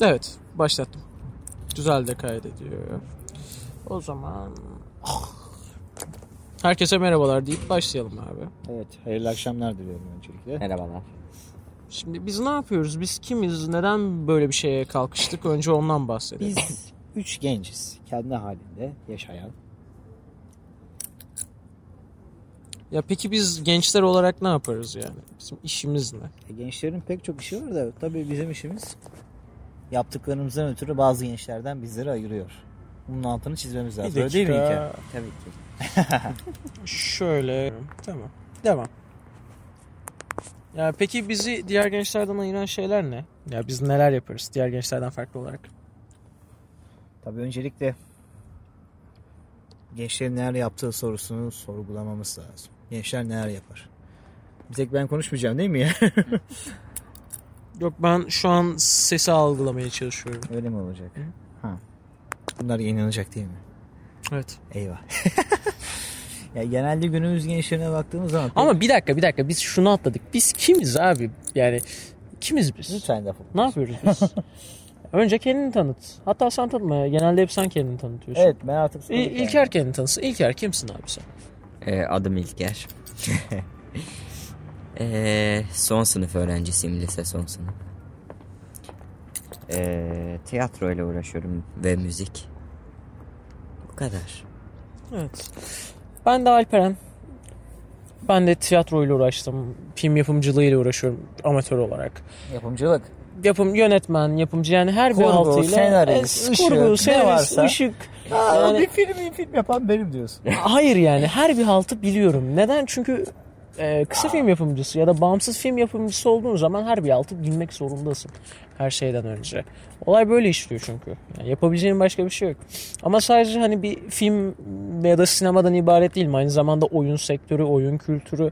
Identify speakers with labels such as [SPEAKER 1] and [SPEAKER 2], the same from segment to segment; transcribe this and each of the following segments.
[SPEAKER 1] Evet başlattım. Güzel de kaydediyor. O zaman... Herkese merhabalar deyip başlayalım abi.
[SPEAKER 2] Evet, hayırlı akşamlar diliyorum öncelikle.
[SPEAKER 3] Merhabalar.
[SPEAKER 1] Şimdi biz ne yapıyoruz? Biz kimiz? Neden böyle bir şeye kalkıştık? Önce ondan bahsedelim.
[SPEAKER 2] Biz üç genciz, kendi halinde yaşayan.
[SPEAKER 1] Ya peki biz gençler olarak ne yaparız yani? Bizim işimiz ne?
[SPEAKER 2] E, Gençlerin pek çok işi var da tabii bizim işimiz yaptıklarımızdan ötürü bazı gençlerden bizleri ayırıyor. Bunun altını çizmemiz lazım. Öyle değil mi İlker?
[SPEAKER 3] Tabii ki.
[SPEAKER 1] Şöyle. Tamam. Devam. Ya peki bizi diğer gençlerden ayıran şeyler ne? Ya biz neler yaparız diğer gençlerden farklı olarak?
[SPEAKER 2] Tabii öncelikle gençlerin neler yaptığı sorusunu sorgulamamız lazım. Gençler neler yapar? Bir tek ben konuşmayacağım değil mi ya?
[SPEAKER 1] Yok ben şu an sesi algılamaya çalışıyorum.
[SPEAKER 2] Öyle mi olacak? Ha. Bunlar yayınlanacak değil mi?
[SPEAKER 1] Evet.
[SPEAKER 2] Eyvah. ya genelde günümüz gençlerine baktığımız zaman pek-
[SPEAKER 1] Ama bir dakika bir dakika biz şunu atladık. Biz kimiz abi? Yani kimiz biz?
[SPEAKER 2] Lütfen lafı.
[SPEAKER 1] Ne yapıyoruz biz? Önce kendini tanıt. Hatta sen tanıtma. Genelde hep sen kendini tanıtıyorsun.
[SPEAKER 2] Evet ben artık
[SPEAKER 1] İ- İlker kendini tanıtsın. İlker kimsin abi sen?
[SPEAKER 3] Ee, adım İlker. Ee, son sınıf öğrencisiyim lise son sınıf. Ee, tiyatro ile uğraşıyorum ve müzik. Bu kadar.
[SPEAKER 1] Evet. Ben de Alperen. Ben de tiyatroyla uğraştım. Film yapımcılığıyla uğraşıyorum amatör olarak.
[SPEAKER 2] yapımcılık.
[SPEAKER 1] Yapım yönetmen, yapımcı yani her bir
[SPEAKER 2] Kurgu,
[SPEAKER 1] altıyla.
[SPEAKER 2] senarist,
[SPEAKER 1] E,
[SPEAKER 2] ışık, ne
[SPEAKER 1] kurgu, senarist,
[SPEAKER 2] varsa.
[SPEAKER 1] ışık.
[SPEAKER 2] Aa,
[SPEAKER 1] Yani-
[SPEAKER 2] bir film bir film yapan benim diyorsun.
[SPEAKER 1] Hayır yani her bir haltı biliyorum. Neden? Çünkü e, kısa film yapımcısı ya da bağımsız film yapımcısı olduğun zaman her bir haltı bilmek zorundasın. Her şeyden önce. Olay böyle işliyor çünkü. Yani yapabileceğin başka bir şey yok. Ama sadece hani bir film ya da sinemadan ibaret değil. Aynı zamanda oyun sektörü, oyun kültürü,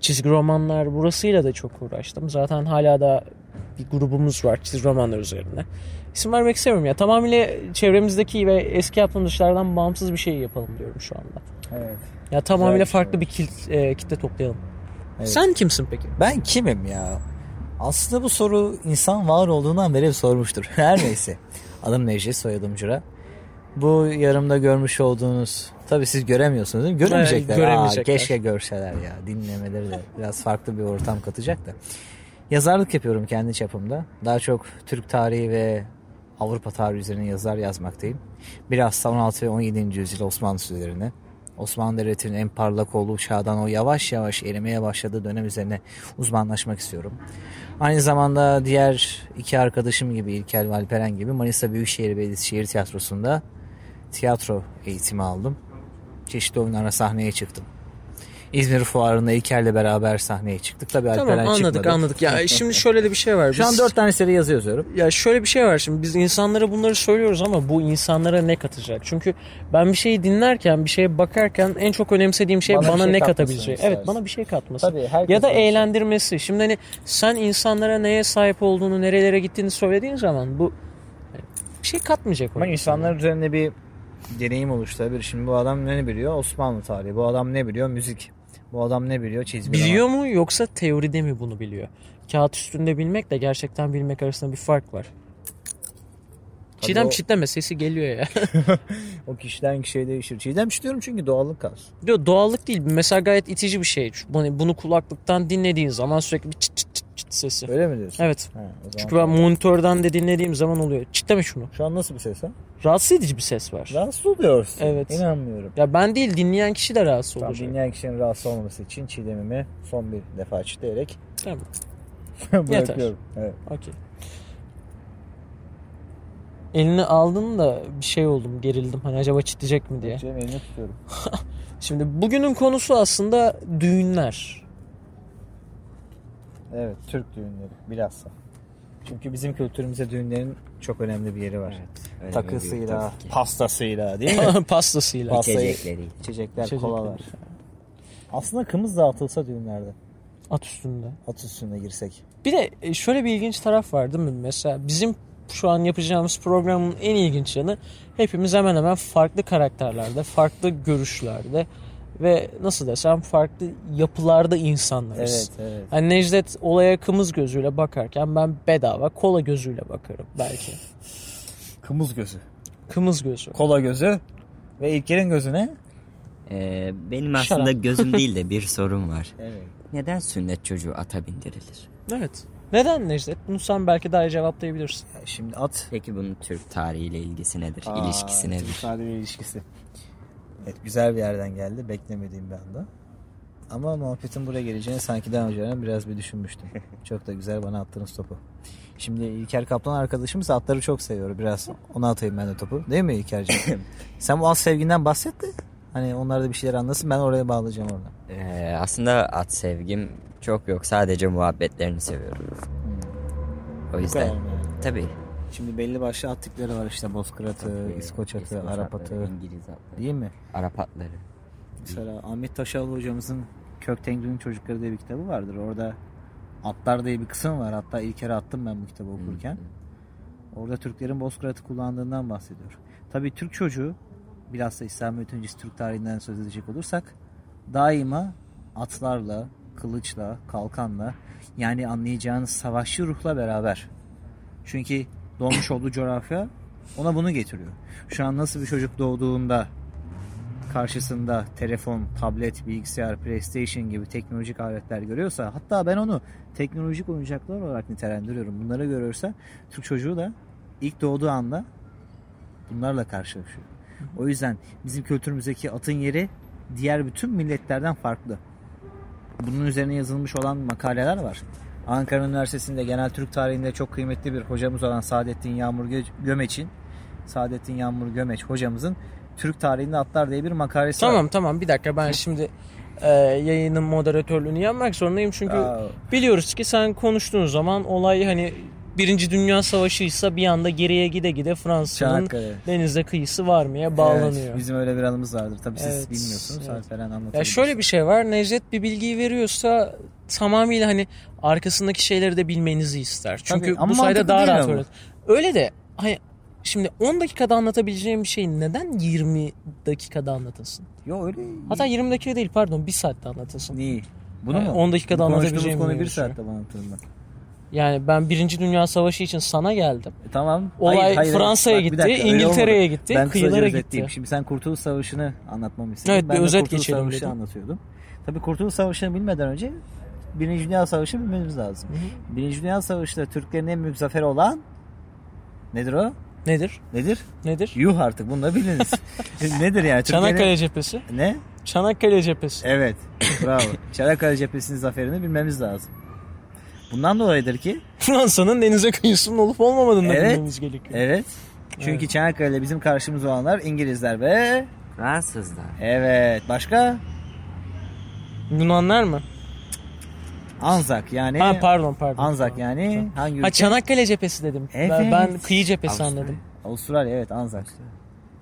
[SPEAKER 1] çizgi romanlar burasıyla da çok uğraştım. Zaten hala da bir grubumuz var çizgi romanlar üzerine. İsim vermek istemiyorum ya. Tamamıyla çevremizdeki ve eski yaptığımız işlerden bağımsız bir şey yapalım diyorum şu anda.
[SPEAKER 2] evet.
[SPEAKER 1] Ya tamamıyla
[SPEAKER 2] bir şey
[SPEAKER 1] farklı bir kil- e, kitle toplayalım.
[SPEAKER 2] Evet.
[SPEAKER 1] Sen kimsin peki?
[SPEAKER 2] Ben kimim ya? Aslında bu soru insan var olduğundan beri sormuştur. Her neyse. Adım Necdet, soyadım Cura. Bu yarımda görmüş olduğunuz... Tabii siz göremiyorsunuz değil mi? Göremeyecekler.
[SPEAKER 1] Evet, göremeyecekler.
[SPEAKER 2] Aa, keşke görseler ya. Dinlemeleri de biraz farklı bir ortam katacak da. Yazarlık yapıyorum kendi çapımda. Daha çok Türk tarihi ve Avrupa tarihi üzerine yazılar yazmaktayım. Biraz da 16 ve 17. yüzyıl Osmanlı üzerine. Osmanlı Devleti'nin en parlak olduğu çağdan o yavaş yavaş erimeye başladığı dönem üzerine uzmanlaşmak istiyorum. Aynı zamanda diğer iki arkadaşım gibi İlker ve Alperen gibi Manisa Büyükşehir Belediyesi Şehir Tiyatrosu'nda tiyatro eğitimi aldım. Çeşitli oyunlara sahneye çıktım. İzmir Fuarı'nda İlker'le beraber sahneye çıktık. Tabii
[SPEAKER 1] Tamam
[SPEAKER 2] Alperen
[SPEAKER 1] anladık
[SPEAKER 2] çıkmadı.
[SPEAKER 1] anladık. Ya şimdi şöyle de bir şey var.
[SPEAKER 2] Şu an
[SPEAKER 1] Biz-
[SPEAKER 2] dört tane seri yazı yazıyorum.
[SPEAKER 1] Ya şöyle bir şey var şimdi biz insanlara bunları söylüyoruz ama bu insanlara ne katacak? Çünkü ben bir şeyi dinlerken, bir şeye bakarken en çok önemsediğim şey
[SPEAKER 2] Bana
[SPEAKER 1] bana,
[SPEAKER 2] bir şey
[SPEAKER 1] ne
[SPEAKER 2] katmasını
[SPEAKER 1] katabileceği.
[SPEAKER 2] istersin.
[SPEAKER 1] Evet, bana bir şey katması.
[SPEAKER 2] Tabii, herkes
[SPEAKER 1] ya da
[SPEAKER 2] böyle bir şey.
[SPEAKER 1] eğlendirmesi. Şimdi hani sen insanlara neye sahip olduğunu, nerelere gittiğini söylediğin zaman bu yani bir şey katmayacak
[SPEAKER 2] Ama
[SPEAKER 1] ona.
[SPEAKER 2] insanlar üzerinde bir deneyim oluşturabilir. Şimdi bu adam ne biliyor? Osmanlı tarihi. Bu adam ne biliyor? Müzik. Bu adam ne biliyor? Çizgi.
[SPEAKER 1] Biliyor mu yoksa teoride mi bunu biliyor? Kağıt üstünde bilmekle gerçekten bilmek arasında bir fark var. Çiğdem
[SPEAKER 2] o-
[SPEAKER 1] çitleme sesi geliyor ya.
[SPEAKER 2] roman. O kişiden kişiye değişir. Çiğdem diyorum çünkü doğallık kalsın.
[SPEAKER 1] Diyor doğallık değil. Mesela gayet itici bir şey. Çünkü Hani bunu kulaklıktan dinlediğin zaman sürekli bir çıt çıt çıt çıt sesi.
[SPEAKER 2] Öyle mi diyorsun?
[SPEAKER 1] Evet.
[SPEAKER 2] Ha, o zaman-
[SPEAKER 1] Çünkü ben monitörden de dinlediğim zaman oluyor. Çitleme şunu.
[SPEAKER 2] Şu an nasıl bir ses ha?
[SPEAKER 1] Rahatsız edici bir ses var.
[SPEAKER 2] Rahatsız oluyorsun.
[SPEAKER 1] Evet.
[SPEAKER 2] İnanmıyorum.
[SPEAKER 1] Ya ben değil dinleyen kişi de rahatsız
[SPEAKER 2] Tam
[SPEAKER 1] olacak.
[SPEAKER 2] dinleyen kişinin rahatsız olmaması için çiğdemimi son bir defa çitleyerek
[SPEAKER 1] Tamam.
[SPEAKER 2] bırakıyorum. Evet.
[SPEAKER 1] Okey. Elini aldın da bir şey oldum gerildim hani acaba çitleyecek mi diye.
[SPEAKER 2] Cem elini tutuyorum.
[SPEAKER 1] Şimdi bugünün konusu aslında düğünler.
[SPEAKER 2] Evet. Türk düğünleri. Bilhassa. Çünkü bizim kültürümüzde düğünlerin çok önemli bir yeri var.
[SPEAKER 3] Öyle bir-
[SPEAKER 2] Takısıyla,
[SPEAKER 3] tabii ki.
[SPEAKER 2] pastasıyla değil mi?
[SPEAKER 1] Pastasıyla.
[SPEAKER 2] Pas- pastayı-
[SPEAKER 3] İçecekleri.
[SPEAKER 2] İçecekler,
[SPEAKER 1] İçecekler.
[SPEAKER 2] kolalar. Aslında kımız dağıtılsa düğünlerde.
[SPEAKER 1] At üstünde.
[SPEAKER 2] At üstüne girsek.
[SPEAKER 1] Bir de e, şöyle bir ilginç taraf var değil mi? Mesela bizim şu an yapacağımız programın en ilginç yanı hepimiz hemen hemen farklı karakterlerde, farklı görüşlerde ve nasıl desem farklı yapılarda insanlarız.
[SPEAKER 2] Evet evet.
[SPEAKER 1] Hani Necdet olaya kımız gözüyle bakarken ben bedava kola gözüyle bakarım belki.
[SPEAKER 2] Kımız gözü.
[SPEAKER 1] Kımız gözü.
[SPEAKER 2] Kola gözü. Ve İlker'in gözü ne?
[SPEAKER 3] Ee, benim aslında
[SPEAKER 1] Şarap.
[SPEAKER 3] gözüm değil de bir sorum var.
[SPEAKER 2] Evet.
[SPEAKER 3] Neden sünnet çocuğu ata bindirilir?
[SPEAKER 1] Evet. Neden Necdet? Bunu sen belki daha iyi cevaplayabilirsin.
[SPEAKER 2] E, Şimdi at.
[SPEAKER 3] Peki bunun Türk tarihiyle ilgisi nedir?
[SPEAKER 2] Aa,
[SPEAKER 3] İlişkisi nedir?
[SPEAKER 2] Sade bir ilişkisi. Evet güzel bir yerden geldi. Beklemediğim bir anda. Ama muhabbetin buraya geleceğini sanki daha önceden biraz bir düşünmüştüm. çok da güzel bana attığınız topu. Şimdi İlker Kaplan arkadaşımız atları çok seviyor. Biraz ona atayım ben de topu. Değil mi İlker'ciğim? Sen bu at sevginden bahset de. Hani onlar da bir şeyler anlasın. Ben oraya bağlayacağım orada.
[SPEAKER 3] Ee, aslında at sevgim çok yok. Sadece muhabbetlerini seviyorum.
[SPEAKER 2] Hmm.
[SPEAKER 3] O yüzden. Tabii.
[SPEAKER 2] Şimdi belli başlı at tipleri var işte Bozkırat'ı,
[SPEAKER 3] Tabii,
[SPEAKER 2] İskoç atı,
[SPEAKER 3] İskoç
[SPEAKER 2] Arap
[SPEAKER 3] atları,
[SPEAKER 2] atı
[SPEAKER 3] İngiliz atları.
[SPEAKER 2] değil mi?
[SPEAKER 3] Arap atları.
[SPEAKER 2] Mesela Ahmet Taşalı hocamızın Köktengü'nün Çocukları diye bir kitabı vardır. Orada atlar diye bir kısım var. Hatta ilk kere attım ben bu kitabı okurken. Orada Türklerin Bozkırat'ı kullandığından bahsediyor. Tabii Türk çocuğu bilhassa İslamiyet öncesi Türk tarihinden söz edecek olursak daima atlarla, kılıçla, kalkanla yani anlayacağınız savaşçı ruhla beraber. Çünkü doğmuş olduğu coğrafya ona bunu getiriyor. Şu an nasıl bir çocuk doğduğunda karşısında telefon, tablet, bilgisayar, PlayStation gibi teknolojik aletler görüyorsa hatta ben onu teknolojik oyuncaklar olarak nitelendiriyorum. Bunları görürse Türk çocuğu da ilk doğduğu anda bunlarla karşılaşıyor. O yüzden bizim kültürümüzdeki atın yeri diğer bütün milletlerden farklı. Bunun üzerine yazılmış olan makaleler var. Ankara Üniversitesi'nde genel Türk tarihinde çok kıymetli bir hocamız olan Saadettin Yağmur Gö- Gömeç'in Saadettin Yağmur Gömeç hocamızın Türk tarihinde atlar diye bir makalesi var.
[SPEAKER 1] Tamam tamam bir dakika ben şimdi e, yayının moderatörlüğünü yapmak zorundayım çünkü
[SPEAKER 2] Aa.
[SPEAKER 1] biliyoruz ki sen konuştuğun zaman olay hani Birinci Dünya Savaşı'ysa bir anda geriye gide gide Fransa'nın
[SPEAKER 2] Çanakkale.
[SPEAKER 1] denizde kıyısı varmaya bağlanıyor.
[SPEAKER 2] Evet, bizim öyle bir anımız vardır. Tabii siz
[SPEAKER 1] Evet,
[SPEAKER 2] bilmiyorsunuz.
[SPEAKER 1] evet.
[SPEAKER 2] Alperen anlatabilir.
[SPEAKER 1] Ya şöyle bir şey var. Necdet bir bilgiyi veriyorsa tamamıyla hani arkasındaki şeyleri de bilmenizi ister. Çünkü
[SPEAKER 2] Tabii, ama
[SPEAKER 1] bu sayede
[SPEAKER 2] mantıklı
[SPEAKER 1] daha
[SPEAKER 2] değil
[SPEAKER 1] rahat
[SPEAKER 2] ama.
[SPEAKER 1] öğret. Öyle de hani şimdi 10 dakikada anlatabileceğim bir şeyi neden 20 dakikada anlatasın?
[SPEAKER 2] Yo öyle.
[SPEAKER 1] Hatta 20 dakika değil pardon 1 saatte anlatasın.
[SPEAKER 2] Neyi? Bunu
[SPEAKER 1] Yani
[SPEAKER 2] mu?
[SPEAKER 1] 10 dakikada anlatabileceğim
[SPEAKER 2] Konuştuğumuz konu
[SPEAKER 1] bir
[SPEAKER 2] bir
[SPEAKER 1] şey.
[SPEAKER 2] saatte bana anlatıldı.
[SPEAKER 1] Yani ben 1. Dünya Savaşı için sana geldim.
[SPEAKER 2] E, tamam.
[SPEAKER 1] Olay Fransa'ya
[SPEAKER 2] Bak, bir
[SPEAKER 1] gitti,
[SPEAKER 2] öyle
[SPEAKER 1] İngiltere'ye
[SPEAKER 2] olmadı.
[SPEAKER 1] gitti,
[SPEAKER 2] Ben kısaca
[SPEAKER 1] kıyılara
[SPEAKER 2] özetleyeyim.
[SPEAKER 1] gitti.
[SPEAKER 2] Şimdi sen Kurtuluş Savaşı'nı anlatmamı istedim.
[SPEAKER 1] Evet, bir
[SPEAKER 2] ben de
[SPEAKER 1] özet
[SPEAKER 2] Kurtuluş
[SPEAKER 1] geçelim
[SPEAKER 2] Savaşı'nı
[SPEAKER 1] dedim.
[SPEAKER 2] anlatıyordum. Tabii Kurtuluş Savaşı'nı bilmeden önce Birinci Dünya Savaşı bilmemiz lazım. Birinci Dünya Savaşı'nda Türklerin en büyük zaferi olan nedir o?
[SPEAKER 1] Nedir?
[SPEAKER 2] Nedir?
[SPEAKER 1] Nedir?
[SPEAKER 2] Yuh artık bunu da biliniz. nedir yani? Türklerin-
[SPEAKER 1] Çanakkale cephesi.
[SPEAKER 2] Ne?
[SPEAKER 1] Çanakkale cephesi.
[SPEAKER 2] Evet. Bravo. Çanakkale cephesinin zaferini bilmemiz lazım. Bundan dolayıdır ki
[SPEAKER 1] Fransa'nın denize kıyısının olup olmamadığını
[SPEAKER 2] Evet.
[SPEAKER 1] bilmemiz gerekiyor.
[SPEAKER 2] evet. Çünkü Çanakkale'de bizim karşımız olanlar İngilizler ve
[SPEAKER 3] Fransızlar.
[SPEAKER 2] evet başka
[SPEAKER 1] Yunanlar mı?
[SPEAKER 2] Anzak yani
[SPEAKER 1] Ha pardon pardon.
[SPEAKER 2] Anzak
[SPEAKER 1] Tamam.
[SPEAKER 2] yani hangi ülke?
[SPEAKER 1] Ha Çanakkale cephesi dedim. Ben,
[SPEAKER 2] Evet.
[SPEAKER 1] ben kıyı cephesi
[SPEAKER 3] Avusturya.
[SPEAKER 1] anladım.
[SPEAKER 2] Avustralya evet Anzak.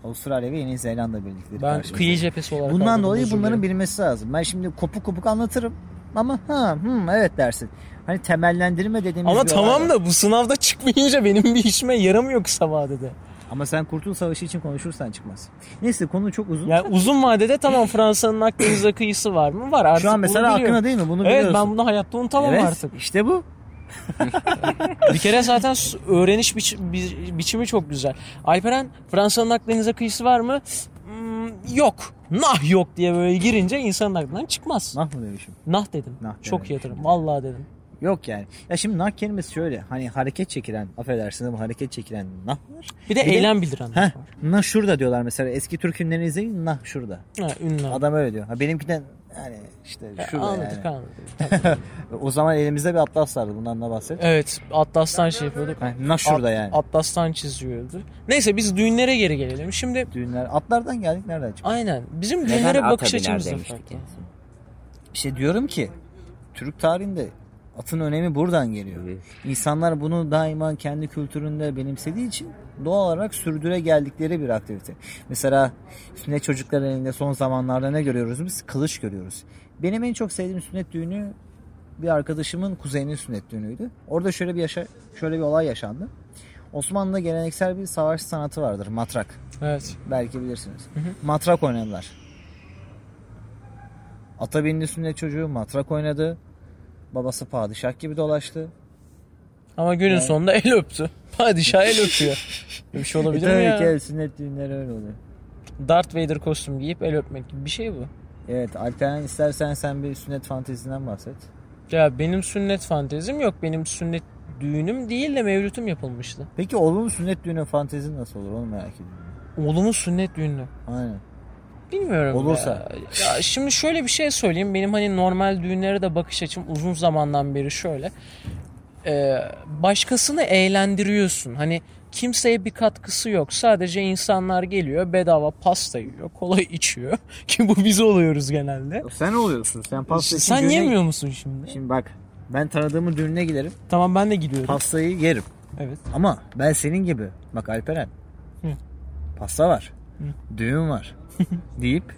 [SPEAKER 2] Avustralya ve Yeni Zelanda birlikleri
[SPEAKER 1] Ben
[SPEAKER 2] karşımızda.
[SPEAKER 1] kıyı cephesi olarak
[SPEAKER 2] Bundan
[SPEAKER 1] anladım,
[SPEAKER 2] dolayı
[SPEAKER 1] özür
[SPEAKER 2] bunların
[SPEAKER 1] dilerim.
[SPEAKER 2] bilmesi lazım. Ben şimdi kopuk kopuk anlatırım ama ha hı, evet dersin. Hani temellendirme dediğimiz
[SPEAKER 1] Ama
[SPEAKER 2] bir olay var.
[SPEAKER 1] tamam da bu sınavda çıkmayınca benim bir işime yaramıyor kısa vadede.
[SPEAKER 2] Ama sen Kurtuluş Savaşı için konuşursan çıkmaz. Neyse konu çok uzun.
[SPEAKER 1] Yani uzun vadede tamam Fransa'nın Akdeniz'e kıyısı var mı? Var artık.
[SPEAKER 2] Şu an mesela
[SPEAKER 1] bunu biliyorum.
[SPEAKER 2] aklına değil mi? Bunu
[SPEAKER 1] Evet
[SPEAKER 2] biliyorsun.
[SPEAKER 1] ben bunu hayatta unutamam
[SPEAKER 2] evet,
[SPEAKER 1] artık.
[SPEAKER 2] İşte bu.
[SPEAKER 1] Bir kere zaten s- öğreniş biç- bi- biçimi çok güzel. Alperen Fransa'nın Akdeniz'e kıyısı var mı? Hmm, yok. Nah yok diye böyle girince insanın aklından çıkmaz.
[SPEAKER 2] Nah mı demişim?
[SPEAKER 1] Nah dedim.
[SPEAKER 2] Nah
[SPEAKER 1] çok
[SPEAKER 2] demedim.
[SPEAKER 1] yatırım. Vallahi dedim.
[SPEAKER 2] Yok yani. Ya şimdi nah kelimesi şöyle. Hani hareket çekilen, affedersiniz ama hareket çekilen nah var.
[SPEAKER 1] Bir de
[SPEAKER 2] Bir de-
[SPEAKER 1] eylem bildiren
[SPEAKER 2] Heh,
[SPEAKER 1] var.
[SPEAKER 2] nah şurada diyorlar mesela. Eski Türk filmlerini izleyin nah şurada.
[SPEAKER 1] Ha, ünlem.
[SPEAKER 2] Adam öyle diyor. Ha benimkinden yani işte şurada
[SPEAKER 1] E, Anladık
[SPEAKER 2] yani.
[SPEAKER 1] anladık.
[SPEAKER 2] O zaman elimizde bir atlas vardı. Bundan da bahset.
[SPEAKER 1] Evet Atlas'tan şey yapıyorduk.
[SPEAKER 2] Ha, nah şurada
[SPEAKER 1] At-
[SPEAKER 2] yani.
[SPEAKER 1] Atlas'tan çiziyordu. Neyse biz düğünlere geri gelelim. Şimdi
[SPEAKER 2] Düğünler. Atlardan geldik nereden çıktık?
[SPEAKER 1] aynen bizim düğünlere
[SPEAKER 3] Neden
[SPEAKER 1] bakış
[SPEAKER 3] ata biner
[SPEAKER 1] açımız da
[SPEAKER 3] demiştik
[SPEAKER 1] farklı.
[SPEAKER 3] en son.
[SPEAKER 2] İşte diyorum ki Türk tarihinde atın önemi buradan geliyor.
[SPEAKER 3] Evet.
[SPEAKER 2] İnsanlar bunu daima kendi kültüründe benimsediği için doğal olarak sürdüre geldikleri bir aktivite. Mesela sünnet çocuklar elinde son zamanlarda ne görüyoruz biz? Kılıç görüyoruz. Benim en çok sevdiğim sünnet düğünü bir arkadaşımın kuzeninin sünnet düğünüydü. Orada şöyle bir yaşa şöyle bir olay yaşandı. Osmanlı'da geleneksel bir savaş sanatı vardır matrak.
[SPEAKER 1] Evet.
[SPEAKER 2] Belki bilirsiniz. Matrak oynadılar. Ata bindi üstünde çocuğu matrak oynadı. Babası padişah gibi dolaştı.
[SPEAKER 1] Ama günün sonunda el öptü. Padişah el öpüyor. Böyle bir şey
[SPEAKER 2] E
[SPEAKER 1] olabilir mi
[SPEAKER 2] tabii
[SPEAKER 1] ya?
[SPEAKER 2] ki el sünnet düğünleri öyle oluyor.
[SPEAKER 1] Darth Vader kostüm giyip el öpmek gibi bir şey bu.
[SPEAKER 2] Evet Alperen istersen sen bir sünnet fantezisinden bahset.
[SPEAKER 1] Ya benim sünnet fantezim yok. Benim sünnet düğünüm değil de mevlütüm yapılmıştı.
[SPEAKER 2] Peki oğlumun sünnet düğünü fantezin nasıl olur onu merak ediyorum.
[SPEAKER 1] Oğlumun sünnet düğünü.
[SPEAKER 2] Aynen.
[SPEAKER 1] Bilmiyorum
[SPEAKER 2] Olursa.
[SPEAKER 1] Ya. Ya şimdi şöyle bir şey söyleyeyim. Benim hani normal düğünlere de bakış açım uzun zamandan beri şöyle. Ee, başkasını eğlendiriyorsun. Hani kimseye bir katkısı yok. Sadece insanlar geliyor bedava pasta yiyor, kola içiyor. Ki bu biz oluyoruz genelde.
[SPEAKER 2] Sen oluyorsun. Sen
[SPEAKER 1] Sen yemiyor musun şimdi?
[SPEAKER 2] Şimdi bak ben tanıdığımın düğününe giderim.
[SPEAKER 1] Tamam ben de gidiyorum.
[SPEAKER 2] Pastayı yerim.
[SPEAKER 1] evet.
[SPEAKER 2] Ama ben senin gibi. Bak Alperen.
[SPEAKER 1] Hı.
[SPEAKER 2] Pasta var. Düğün var. deyip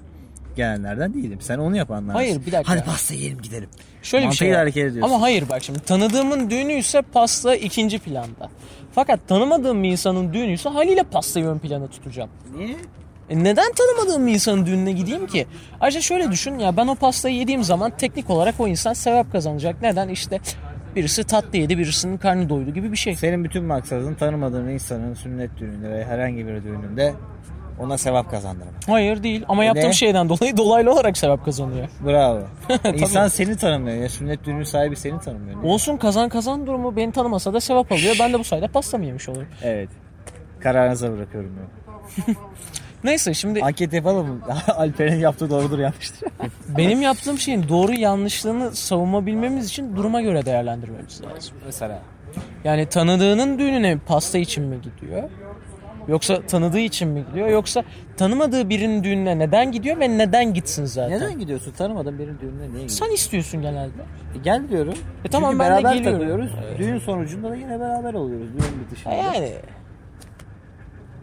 [SPEAKER 2] gelenlerden değilim. Sen onu yapanlardan.
[SPEAKER 1] Hayır, bir dakika.
[SPEAKER 2] Hadi pasta yiyelim gidelim.
[SPEAKER 1] Şöyle bir
[SPEAKER 2] Mantığı
[SPEAKER 1] şey. var.
[SPEAKER 2] hareket ediyorsun.
[SPEAKER 1] Ama hayır bak şimdi tanıdığımın düğünü ise pasta ikinci planda. Fakat tanımadığım bir insanın düğünü ise haliyle pastayı ön plana tutacağım.
[SPEAKER 2] Niye?
[SPEAKER 1] E neden tanımadığım bir insanın düğününe gideyim ki? Ayrıca şöyle düşün ya ben o pastayı yediğim zaman teknik olarak o insan sevap kazanacak. Neden? İşte birisi tatlı yedi birisinin karnı doydu gibi bir şey.
[SPEAKER 2] Senin bütün maksadın tanımadığın insanın sünnet düğününde veya herhangi bir düğününde ona sevap kazandırmak.
[SPEAKER 1] Hayır değil ama yaptığım
[SPEAKER 2] E Ne?
[SPEAKER 1] şeyden dolayı dolaylı olarak sevap kazanıyor.
[SPEAKER 2] Bravo. İnsan seni tanımıyor. Ya sünnet düğünün sahibi seni tanımıyor.
[SPEAKER 1] Olsun kazan kazan durumu beni tanımasa da sevap alıyor. Ben de bu sayede pasta mı yemiş oluyorum?
[SPEAKER 2] Evet. Kararınıza bırakıyorum ben.
[SPEAKER 1] Neyse şimdi
[SPEAKER 2] Anket yapalım mı? Alper'in yaptığı doğrudur yanlıştır.
[SPEAKER 1] benim yaptığım şeyin doğru yanlışlığını savunabilmemiz için duruma göre değerlendirmemiz lazım.
[SPEAKER 2] Mesela.
[SPEAKER 1] Yani tanıdığının düğününe pasta için mi gidiyor? Yoksa tanıdığı için mi gidiyor? Yoksa tanımadığı birinin düğününe neden gidiyor ve neden gitsin zaten?
[SPEAKER 2] Neden gidiyorsun? Tanımadığın birinin düğününe niye gidiyorsun?
[SPEAKER 1] Sen istiyorsun genelde.
[SPEAKER 2] E, gel diyorum.
[SPEAKER 1] tamam,
[SPEAKER 2] Çünkü
[SPEAKER 1] ben de
[SPEAKER 2] beraber
[SPEAKER 1] geliyorum.
[SPEAKER 2] takılıyoruz. Düğün sonucunda da yine beraber oluyoruz. Düğün bitişinde.
[SPEAKER 1] E yani.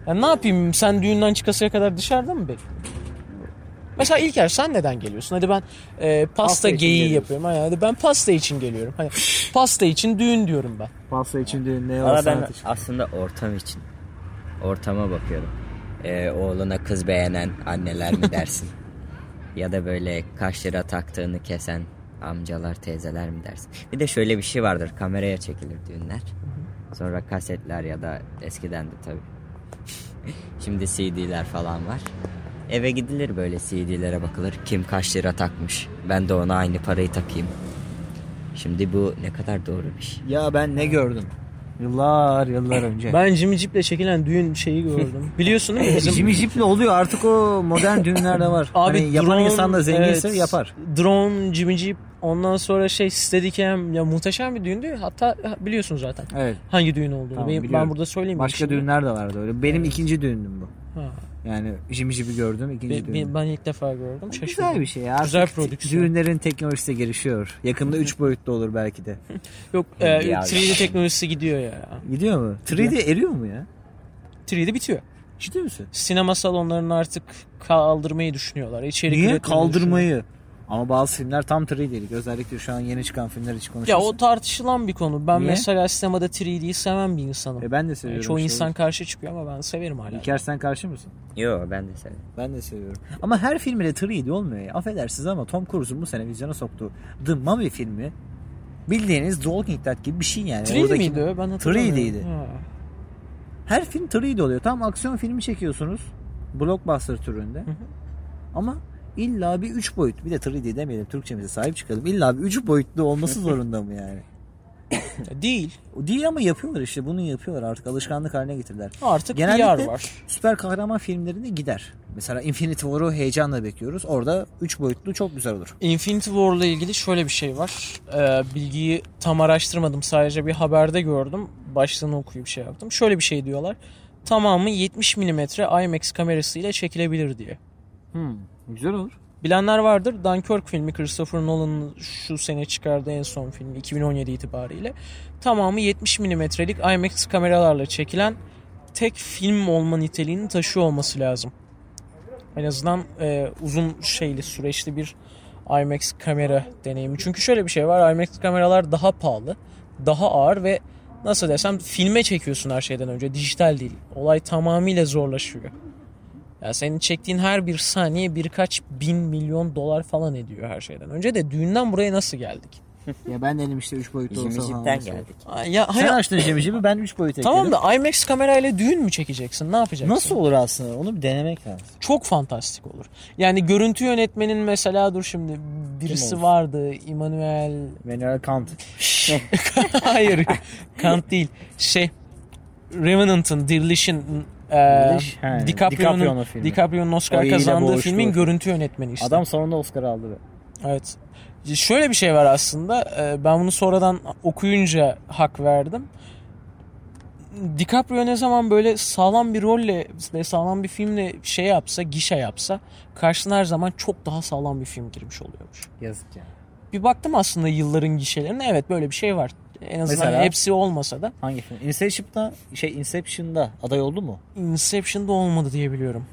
[SPEAKER 1] Ya ne yapayım sen düğünden çıkasıya kadar dışarıda mı bekliyorsun? Mesela İlker sen neden geliyorsun? Hadi ben e, pasta,
[SPEAKER 2] Pasta için
[SPEAKER 1] geyiği
[SPEAKER 2] geliyorsun.
[SPEAKER 1] yapıyorum. Hani hadi ben pasta için geliyorum. Hani pasta için düğün diyorum ben.
[SPEAKER 2] Pasta için düğün ne
[SPEAKER 3] Ama ben aslında ortam için. Ortama bakıyorum. Ee, oğluna kız beğenen anneler mi dersin? ya da böyle kaç lira taktığını kesen amcalar teyzeler mi dersin? Bir de şöyle bir şey vardır. Kameraya çekilir düğünler. Sonra kasetler ya da eskiden de tabii. Şimdi CD'ler falan var. Eve gidilir böyle CD'lere bakılır. Kim kaç lira takmış? Ben de ona aynı parayı takayım. Şimdi bu ne kadar doğru bir şey.
[SPEAKER 2] Ya ben ne gördüm? Yıllar yıllar önce.
[SPEAKER 1] Ben Jimmy Jeep'le çekilen düğün şeyi gördüm. Biliyorsun değil mi? Bizim
[SPEAKER 2] Jimmy Jeep'le oluyor artık o modern düğünlerde var.
[SPEAKER 1] Abi
[SPEAKER 2] hani yapan
[SPEAKER 1] drone,
[SPEAKER 2] insan da zenginse
[SPEAKER 1] evet,
[SPEAKER 2] yapar.
[SPEAKER 1] Drone, Jimmy Jeep ondan sonra şey Steadicam ya muhteşem bir düğündü. Hatta biliyorsun zaten
[SPEAKER 2] Evet.
[SPEAKER 1] hangi düğün olduğunu.
[SPEAKER 2] Tamam,
[SPEAKER 1] ben, ben
[SPEAKER 2] biliyorum.
[SPEAKER 1] burada söyleyeyim.
[SPEAKER 2] Başka
[SPEAKER 1] Şimdi-
[SPEAKER 2] düğünler de vardı öyle. Benim ikinci düğünüm bu.
[SPEAKER 1] Ha.
[SPEAKER 2] Yani Jimmy Jeep'i gördüm ikinci
[SPEAKER 1] Be- be-
[SPEAKER 2] düğünüm.
[SPEAKER 1] ben ilk defa gördüm. Şaşırdım.
[SPEAKER 2] Güzel bir şey ya. Artık
[SPEAKER 1] Güzel prodüksiyon.
[SPEAKER 2] Düğünlerin teknolojisi de gelişiyor. Yakında 3 boyutlu olur belki de.
[SPEAKER 1] Yok e,
[SPEAKER 3] Ya.
[SPEAKER 1] 3D teknolojisi gidiyor ya.
[SPEAKER 2] Gidiyor mu? 3D eriyor mu ya?
[SPEAKER 1] 3D bitiyor.
[SPEAKER 2] Ciddi misin?
[SPEAKER 1] Sinema salonlarının artık kaldırmayı düşünüyorlar. İçerik
[SPEAKER 2] Niye?
[SPEAKER 1] üretmeyi düşünüyorlar.
[SPEAKER 2] Kaldırmayı. Ama bazı filmler tam 3D'lik. Özellikle şu an yeni çıkan filmler için
[SPEAKER 1] Ya
[SPEAKER 2] konuşuyoruz.
[SPEAKER 1] o tartışılan bir konu. Ben
[SPEAKER 2] Niye?
[SPEAKER 1] mesela sinemada 3D'yi seven bir insanım.
[SPEAKER 2] E ben de seviyorum.
[SPEAKER 1] Yani çoğu
[SPEAKER 2] işte.
[SPEAKER 1] insan karşı çıkıyor ama ben severim hala.
[SPEAKER 2] İlker sen karşı mısın?
[SPEAKER 3] Yo ben de severim.
[SPEAKER 2] Ben de seviyorum. Ama her filmi de 3D olmuyor ya. Affedersiniz ama Tom Cruise'un bu sene vizyona soktuğu The Mummy filmi bildiğiniz The Walking Dead gibi bir şey yani.
[SPEAKER 1] 3D
[SPEAKER 2] Oradaki-
[SPEAKER 1] miydi? o? Ben hatırlamıyorum.
[SPEAKER 2] 3D'ydi.
[SPEAKER 1] Ha.
[SPEAKER 2] Her film 3D oluyor. Tam aksiyon filmi çekiyorsunuz. Blockbuster türünde. Ama illa bir 3 boyut. Bir de 3D demeyelim. Türkçemize sahip çıkalım. İlla bir 3 boyutlu olması zorunda mı yani?
[SPEAKER 1] Değil.
[SPEAKER 2] O Değil ama yapıyorlar işte. Bunu yapıyorlar artık. Alışkanlık haline getirdiler.
[SPEAKER 1] Artık
[SPEAKER 2] Genellikle
[SPEAKER 1] VR var.
[SPEAKER 2] süper kahraman filmlerine gider. Mesela Infinity War'u heyecanla bekliyoruz. Orada 3 boyutlu çok güzel olur.
[SPEAKER 1] Infinity War'la ilgili şöyle bir şey var. Ee, bilgiyi tam araştırmadım. Sadece bir haberde gördüm. Başlığını okuyup şey yaptım. Şöyle bir şey diyorlar. Tamamı 70 mm IMAX kamerasıyla çekilebilir diye.
[SPEAKER 2] Güzel olur.
[SPEAKER 1] Bilenler vardır. Dunkirk filmi Christopher Nolan'ın şu sene çıkardığı en son filmi 2017 itibariyle. Tamamı 70 mm'lik IMAX kameralarla çekilen tek film olma niteliğini taşıyor olması lazım. En azından e, uzun şeyli süreçli bir IMAX kamera deneyimi. Çünkü şöyle bir şey var. IMAX kameralar daha pahalı, daha ağır ve nasıl desem filme çekiyorsun her şeyden önce. Dijital değil. Olay tamamıyla zorlaşıyor. Ya senin çektiğin her bir saniye birkaç bin milyon dolar falan ediyor her şeyden. Önce de düğünden buraya nasıl geldik?
[SPEAKER 4] Ya ben dedim işte 3 boyutlu
[SPEAKER 3] İşimiz
[SPEAKER 4] olsa falan
[SPEAKER 3] ipten
[SPEAKER 4] olsa.
[SPEAKER 3] geldik.
[SPEAKER 1] Ay Ya
[SPEAKER 2] Sen
[SPEAKER 1] hani
[SPEAKER 2] açtın Cem'i Cem'i ben 3 boyut ekledim.
[SPEAKER 1] tamam da IMAX kamerayla düğün mü çekeceksin? Ne yapacaksın?
[SPEAKER 2] Nasıl olur aslında onu bir denemek lazım.
[SPEAKER 1] Çok fantastik olur. Yani görüntü yönetmenin mesela dur şimdi birisi
[SPEAKER 2] olsun?
[SPEAKER 1] vardı. Immanuel
[SPEAKER 2] Manuel Kant.
[SPEAKER 1] Şey. Hayır. Kant değil. Şey Revenant'ın, Diriliş'in e,
[SPEAKER 2] Diriliş, he, Ee, DiCaprio'nun
[SPEAKER 1] DiCaprio'nun
[SPEAKER 2] filmi.
[SPEAKER 1] DiCaprio'nun Oscar
[SPEAKER 2] Ayıyla
[SPEAKER 1] kazandığı
[SPEAKER 2] boğuştuğu
[SPEAKER 1] filmin
[SPEAKER 2] film.
[SPEAKER 1] görüntü yönetmeni işte.
[SPEAKER 2] Adam sonunda Oscar aldı. be.
[SPEAKER 1] Evet. Şöyle bir şey var aslında. e, Ben bunu sonradan okuyunca hak verdim. DiCaprio ne zaman böyle sağlam bir rolle ve sağlam bir filmle şey yapsa, gişe yapsa karşısına her zaman çok daha sağlam bir film girmiş oluyormuş.
[SPEAKER 4] Yazık ya.
[SPEAKER 1] Bir baktım aslında yılların gişelerine evet böyle bir şey var. En azından
[SPEAKER 2] Mesela?
[SPEAKER 1] hepsi olmasa da
[SPEAKER 2] Hangi film? Inception'da şey Inception'da aday oldu mu?
[SPEAKER 1] Inception'da olmadı diye biliyorum.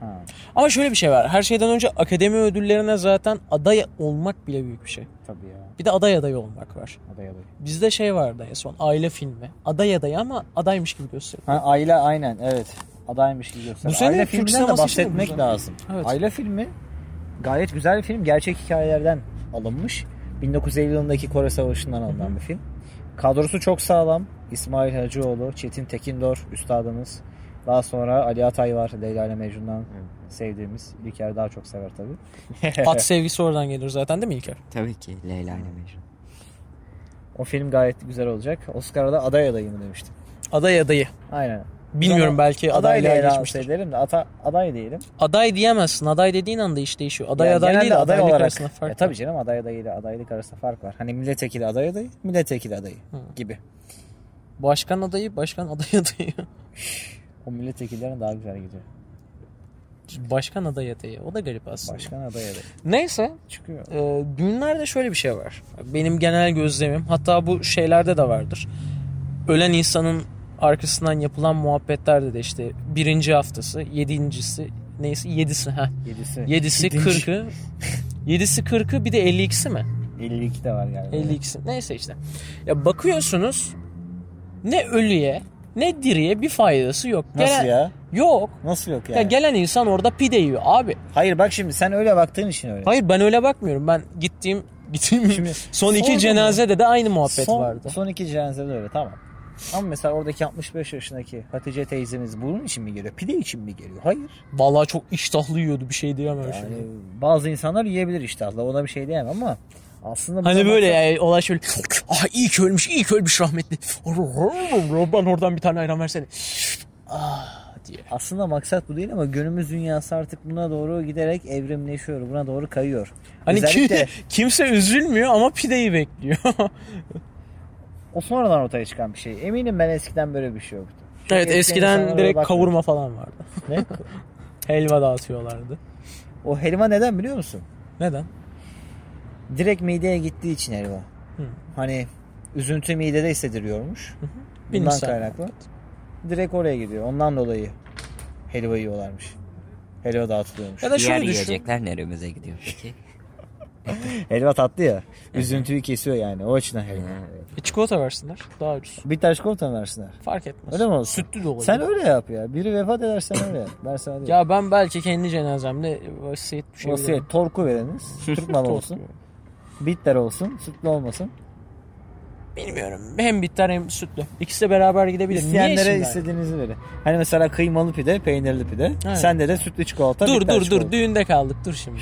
[SPEAKER 2] Ha.
[SPEAKER 1] Ama şöyle bir şey var. Her şeyden önce akademi ödüllerine zaten aday olmak bile büyük bir şey.
[SPEAKER 2] Tabii ya.
[SPEAKER 1] Bir de aday aday olmak var.
[SPEAKER 2] Aday aday.
[SPEAKER 1] Bizde şey vardı en son aile filmi. Aday aday ama adaymış gibi gösteriyor.
[SPEAKER 2] Ha, aile aynen evet. Adaymış gibi göster.
[SPEAKER 1] Bu sene
[SPEAKER 2] aile
[SPEAKER 1] Türk
[SPEAKER 2] filminden de
[SPEAKER 1] sineması için de
[SPEAKER 2] bahsetmek
[SPEAKER 1] güzel.
[SPEAKER 2] lazım.
[SPEAKER 1] Evet.
[SPEAKER 2] Aile filmi gayet güzel bir film. Gerçek hikayelerden alınmış. 1950 yılındaki Kore Savaşı'ndan alınan bir film. Kadrosu çok sağlam. İsmail Hacıoğlu, Çetin Tekindor üstadımız. Daha sonra Ali Atay var. Leyla ile Mecnun'dan sevdiğimiz. İlker daha çok sever tabii.
[SPEAKER 1] At sevgisi oradan gelir zaten değil mi İlker?
[SPEAKER 3] Tabii ki Leyla ile Mecnun.
[SPEAKER 2] O film gayet güzel olacak. Oscar'a da aday adayı mı demiştim.
[SPEAKER 1] Aday adayı.
[SPEAKER 2] Aynen.
[SPEAKER 1] Bilmiyorum belki adaylığa
[SPEAKER 2] aday
[SPEAKER 1] geçmiştir.
[SPEAKER 2] geçmiştir. Derim de ata, aday diyelim.
[SPEAKER 1] Aday diyemezsin. Aday dediğin anda iş değişiyor. Aday
[SPEAKER 2] Yani
[SPEAKER 1] aday
[SPEAKER 2] genelde
[SPEAKER 1] değil adaylık arasında
[SPEAKER 2] E,
[SPEAKER 1] fark var.
[SPEAKER 2] tabii canım aday adayıyla adaylık arasında fark var. Hani milletvekili aday adayı, milletvekili adayı gibi.
[SPEAKER 1] Başkan adayı, başkan aday adayı.
[SPEAKER 2] O milletvekillerine daha güzel gidiyor.
[SPEAKER 1] başkan aday adayı. O da garip aslında.
[SPEAKER 2] Başkan aday adayı
[SPEAKER 1] Neyse
[SPEAKER 2] çıkıyor.
[SPEAKER 1] e, düğünlerde şöyle bir şey var. Benim genel gözlemim hatta bu şeylerde de vardır. Ölen insanın arkasından yapılan muhabbetlerde de işte birinci haftası, yedincisi neyse yedisi ha.
[SPEAKER 2] Yedisi.
[SPEAKER 1] Yedisi, kırkı. Yedisi, kırkı bir de 52'si mi?
[SPEAKER 2] 52 de var galiba.
[SPEAKER 1] 52'si. Neyse işte. Ya bakıyorsunuz ne ölüye ne diriye bir faydası yok.
[SPEAKER 2] Nasıl
[SPEAKER 1] Gelen-
[SPEAKER 2] ya?
[SPEAKER 1] Yok.
[SPEAKER 2] Nasıl yok
[SPEAKER 1] Ya
[SPEAKER 2] yani?
[SPEAKER 1] gelen insan orada pide yiyor abi.
[SPEAKER 2] Hayır bak şimdi sen öyle baktığın için öyle.
[SPEAKER 1] Hayır ben öyle bakmıyorum. Ben gittiğim gittiğim
[SPEAKER 2] Şimdi
[SPEAKER 1] son iki
[SPEAKER 2] sorma.
[SPEAKER 1] cenazede de aynı muhabbet
[SPEAKER 2] son,
[SPEAKER 1] vardı.
[SPEAKER 2] Son iki cenazede de öyle tamam. Ama mesela oradaki 65 yaşındaki Hatice teyzemiz bunun için mi geliyor? Pide için mi geliyor? Hayır.
[SPEAKER 1] Vallahi çok iştahlı yiyordu bir şey diyemem
[SPEAKER 2] Yani
[SPEAKER 1] şimdi.
[SPEAKER 2] bazı insanlar yiyebilir iştahla. Ona bir şey diyemem ama aslında bu
[SPEAKER 1] Hani
[SPEAKER 2] zamanda-
[SPEAKER 1] böyle yani olay şöyle ah iyi ki ölmüş iyi ki ölmüş rahmetli. Ben oradan bir tane ayran versene. Ah diye.
[SPEAKER 2] Aslında maksat bu değil ama günümüz dünyası artık buna doğru giderek evrimleşiyor. Buna doğru kayıyor.
[SPEAKER 1] Hani kim-
[SPEAKER 2] Özellikle
[SPEAKER 1] kimse üzülmüyor ama pideyi bekliyor.
[SPEAKER 2] o sonradan ortaya çıkan bir şey. Eminim ben eskiden böyle bir şey yoktu. Çünkü
[SPEAKER 1] evet eskiden
[SPEAKER 2] insanlara
[SPEAKER 1] direkt
[SPEAKER 2] bakmıyor.
[SPEAKER 1] kavurma falan vardı.
[SPEAKER 2] Ne?
[SPEAKER 1] Helva dağıtıyorlardı.
[SPEAKER 2] O helva neden biliyor musun?
[SPEAKER 1] Neden?
[SPEAKER 2] Direkt mideye gittiği için helva.
[SPEAKER 1] Hı.
[SPEAKER 2] Hani üzüntü midede hissediliyormuş. Bundan
[SPEAKER 1] Bilimsel
[SPEAKER 2] kaynaklı. Direkt oraya gidiyor. Ondan dolayı helva yiyorlarmış. Helva dağıtılıyormuş.
[SPEAKER 1] Ya da
[SPEAKER 3] Diğer
[SPEAKER 1] şöyle düşün.
[SPEAKER 3] yiyecekler neremize gidiyor peki?
[SPEAKER 2] Helva tatlı ya. Üzüntüyü kesiyor yani. O açıdan helva.
[SPEAKER 1] E, çikolata versinler. Daha ucuz.
[SPEAKER 2] Bir taş koltan versinler.
[SPEAKER 1] Fark etmez.
[SPEAKER 2] Öyle mi olsun?
[SPEAKER 1] Sütlü de olabilir.
[SPEAKER 2] Sen öyle yap ya. Biri vefat edersen öyle yap. Ben sana diyeyim.
[SPEAKER 1] Ya ben belki kendi cenazemde vasiyet bir şey
[SPEAKER 2] Vasiyet, torku veriniz. Türk malı olsun. Bitter olsun. Sütlü olmasın.
[SPEAKER 1] Bilmiyorum. Hem bitter hem sütlü. İkisi de beraber gidebilir.
[SPEAKER 2] İsteyenlere
[SPEAKER 1] Niye şimdi?
[SPEAKER 2] istediğinizi verin. Hani mesela kıymalı pide, peynirli pide.
[SPEAKER 1] Evet.
[SPEAKER 2] Sende de sütlü çikolata,
[SPEAKER 1] Dur
[SPEAKER 2] bitter
[SPEAKER 1] dur
[SPEAKER 2] çikolata.
[SPEAKER 1] dur. Düğünde kaldık. Dur şimdi.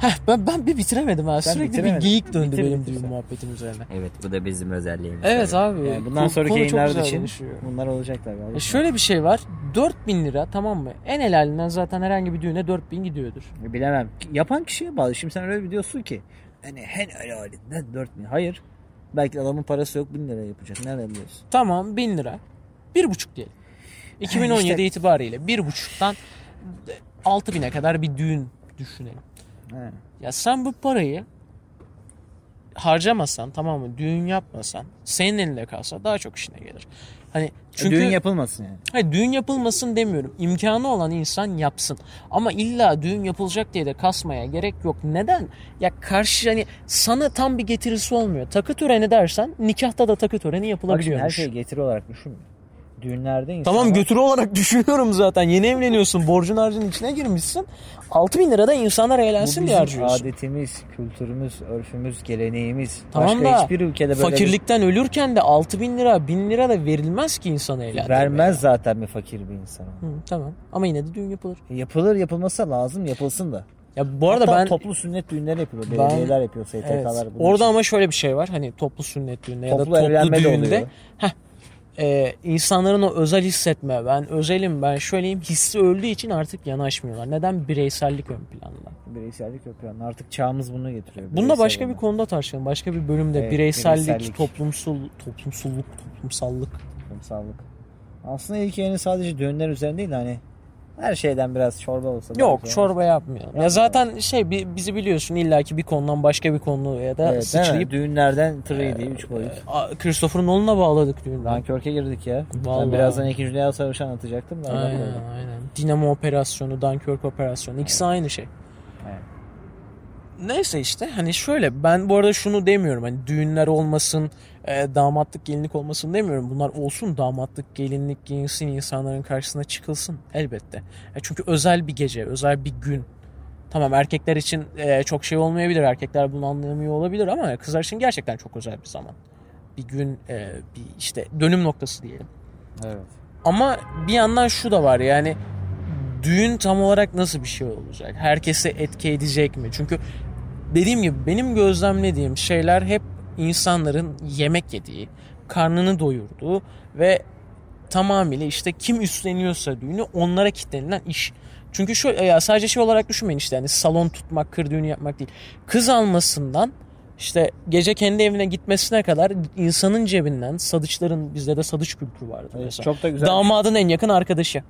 [SPEAKER 1] Heh, ben, ben bir bitiremedim ha. Sürekli bir
[SPEAKER 2] bitiremedim.
[SPEAKER 1] geyik döndü
[SPEAKER 2] Bitir,
[SPEAKER 1] benim
[SPEAKER 2] bitir
[SPEAKER 1] düğün
[SPEAKER 2] sen.
[SPEAKER 1] muhabbetim üzerine.
[SPEAKER 3] Evet bu da bizim özelliğimiz.
[SPEAKER 1] Evet abi.
[SPEAKER 2] Yani bundan
[SPEAKER 1] konu-
[SPEAKER 2] sonraki
[SPEAKER 1] konu çok
[SPEAKER 2] yayınlar
[SPEAKER 1] güzel
[SPEAKER 2] için
[SPEAKER 1] konuşuyor.
[SPEAKER 2] bunlar olacaklar galiba.
[SPEAKER 1] E şöyle bir şey var. 4000 lira tamam mı? En helalinden zaten herhangi bir düğüne 4000 gidiyordur.
[SPEAKER 2] Bilemem. Yapan kişiye bağlı. Şimdi sen öyle bir diyorsun ki hani hen helalinden 4 bin. Hayır. Belki adamın parası yok 1000 lira yapacak. Nereden biliyorsun?
[SPEAKER 1] Tamam 1000 lira. 1,5 diyelim. 2017
[SPEAKER 2] İşte-
[SPEAKER 1] itibariyle 1,5'tan 6000'e kadar bir düğün düşünelim.
[SPEAKER 2] He.
[SPEAKER 1] Ya sen bu parayı harcamasan tamam mı? Düğün yapmasan senin elinde kalsa daha çok işine gelir. Hani çünkü
[SPEAKER 2] E, Düğün yapılmasın yani.
[SPEAKER 1] Hayır, düğün yapılmasın demiyorum. İmkanı olan insan yapsın. Ama illa düğün yapılacak diye de kasmaya gerek yok. Neden? Ya karşı hani sana tam bir getirisi olmuyor. Takı töreni dersen nikahta da takı töreni
[SPEAKER 2] Bak şimdi şey
[SPEAKER 1] yapılabiliyormuş.
[SPEAKER 2] her şeyi getiri olarak düşünme. düğünlerde insanlar...
[SPEAKER 1] Tamam götürü olarak düşünüyorum zaten. Yeni evleniyorsun. Borcun harcın içine girmişsin. 6000 lirada insanlar
[SPEAKER 2] Bu
[SPEAKER 1] eğlensin
[SPEAKER 2] bizim
[SPEAKER 1] diye harcıyorsun.
[SPEAKER 2] adetimiz, kültürümüz, örfümüz, geleneğimiz.
[SPEAKER 1] Tamam
[SPEAKER 2] Başka
[SPEAKER 1] da
[SPEAKER 2] hiçbir ülkede böyle bir-
[SPEAKER 1] Fakirlikten ölürken de 6000 lira 1000 lira da verilmez ki insana eğlendirmeye.
[SPEAKER 2] vermez zaten bir fakir bir insana.
[SPEAKER 1] Hı, tamam ama yine de düğün yapılır.
[SPEAKER 2] Yapılır yapılması lazım yapılsın da.
[SPEAKER 1] Ya bu arada
[SPEAKER 2] Hatta
[SPEAKER 1] ben
[SPEAKER 2] toplu sünnet düğünleri yapılıyor.
[SPEAKER 1] Ben-
[SPEAKER 2] Belediyeler yapıyor, STK'lar.
[SPEAKER 1] Evet.
[SPEAKER 2] bunun
[SPEAKER 1] Orada
[SPEAKER 2] için.
[SPEAKER 1] ama şöyle bir şey var. Hani toplu sünnet düğünde ya da
[SPEAKER 2] Toplu
[SPEAKER 1] toplu
[SPEAKER 2] evlenme de
[SPEAKER 1] düğünde
[SPEAKER 2] oluyor.
[SPEAKER 1] heh, e, insanların o özel hissetme ben özelim ben şöyleyim hissi öldüğü için artık yanaşmıyorlar. Neden? Bireysellik ön planda.
[SPEAKER 2] Bireysellik yapıyor. Artık çağımız bunu getiriyor.
[SPEAKER 1] Bunu da
[SPEAKER 2] Bireysel
[SPEAKER 1] başka bir
[SPEAKER 2] olmak.
[SPEAKER 1] konuda tartışalım. Başka bir bölümde
[SPEAKER 2] Evet,
[SPEAKER 1] bireysellik,
[SPEAKER 2] bireysellik.
[SPEAKER 1] toplumsul, toplumsulluk, toplumsallık.
[SPEAKER 2] Kurumsallık. Aslında ilkenin sadece düğünler üzerinde değil de hani her şeyden biraz çorba olsa. daha
[SPEAKER 1] Yok
[SPEAKER 2] güzel.
[SPEAKER 1] çorba yapmayalım. Ya
[SPEAKER 2] Yapmayalım.
[SPEAKER 1] zaten şey bi- bizi biliyorsun illaki bir konudan başka bir konuya da
[SPEAKER 2] Evet, değil mi?
[SPEAKER 1] sıçrayıp
[SPEAKER 2] Düğünlerden 3D, 3 boyut.
[SPEAKER 1] Aa, Christopher Nolan'la bağladık düğünden.
[SPEAKER 2] Dunkirk'e girdik ya.
[SPEAKER 1] Vallahi.
[SPEAKER 2] Ben birazdan 2. Dünya Savaşı anlatacaktım da. oradan
[SPEAKER 1] Aynen
[SPEAKER 2] böyle.
[SPEAKER 1] aynen. Dinamo operasyonu, Dunkirk operasyonu ikisi aynı şey.
[SPEAKER 2] Evet.
[SPEAKER 1] Neyse işte hani şöyle ben bu arada şunu demiyorum hani düğünler olmasın, e, damatlık gelinlik olmasın demiyorum. Bunlar olsun damatlık gelinlik giyinsin insanların karşısına çıkılsın elbette. E, çünkü özel bir gece, özel bir gün. Tamam erkekler için e, çok şey olmayabilir. Erkekler bunu anlayamıyor olabilir ama kızlar için gerçekten çok özel bir zaman. Bir gün e, bir işte dönüm noktası diyelim.
[SPEAKER 2] Evet.
[SPEAKER 1] Ama bir yandan şu da var yani düğün tam olarak nasıl bir şey olacak? Herkese etki edecek mi? Çünkü dediğim gibi benim gözlemlediğim şeyler hep insanların yemek yediği, karnını doyurduğu ve tamamıyla işte kim üstleniyorsa düğünü onlara kilitlenilen iş. Çünkü şu ya sadece şey olarak düşünmeyin işte hani salon tutmak, kır düğünü yapmak değil. Kız almasından işte gece kendi evine gitmesine kadar insanın cebinden sadıçların bizde de sadıç kültürü vardır
[SPEAKER 2] Evet,
[SPEAKER 1] mesela.
[SPEAKER 2] çok da güzel.
[SPEAKER 1] Damadın en yakın arkadaşı.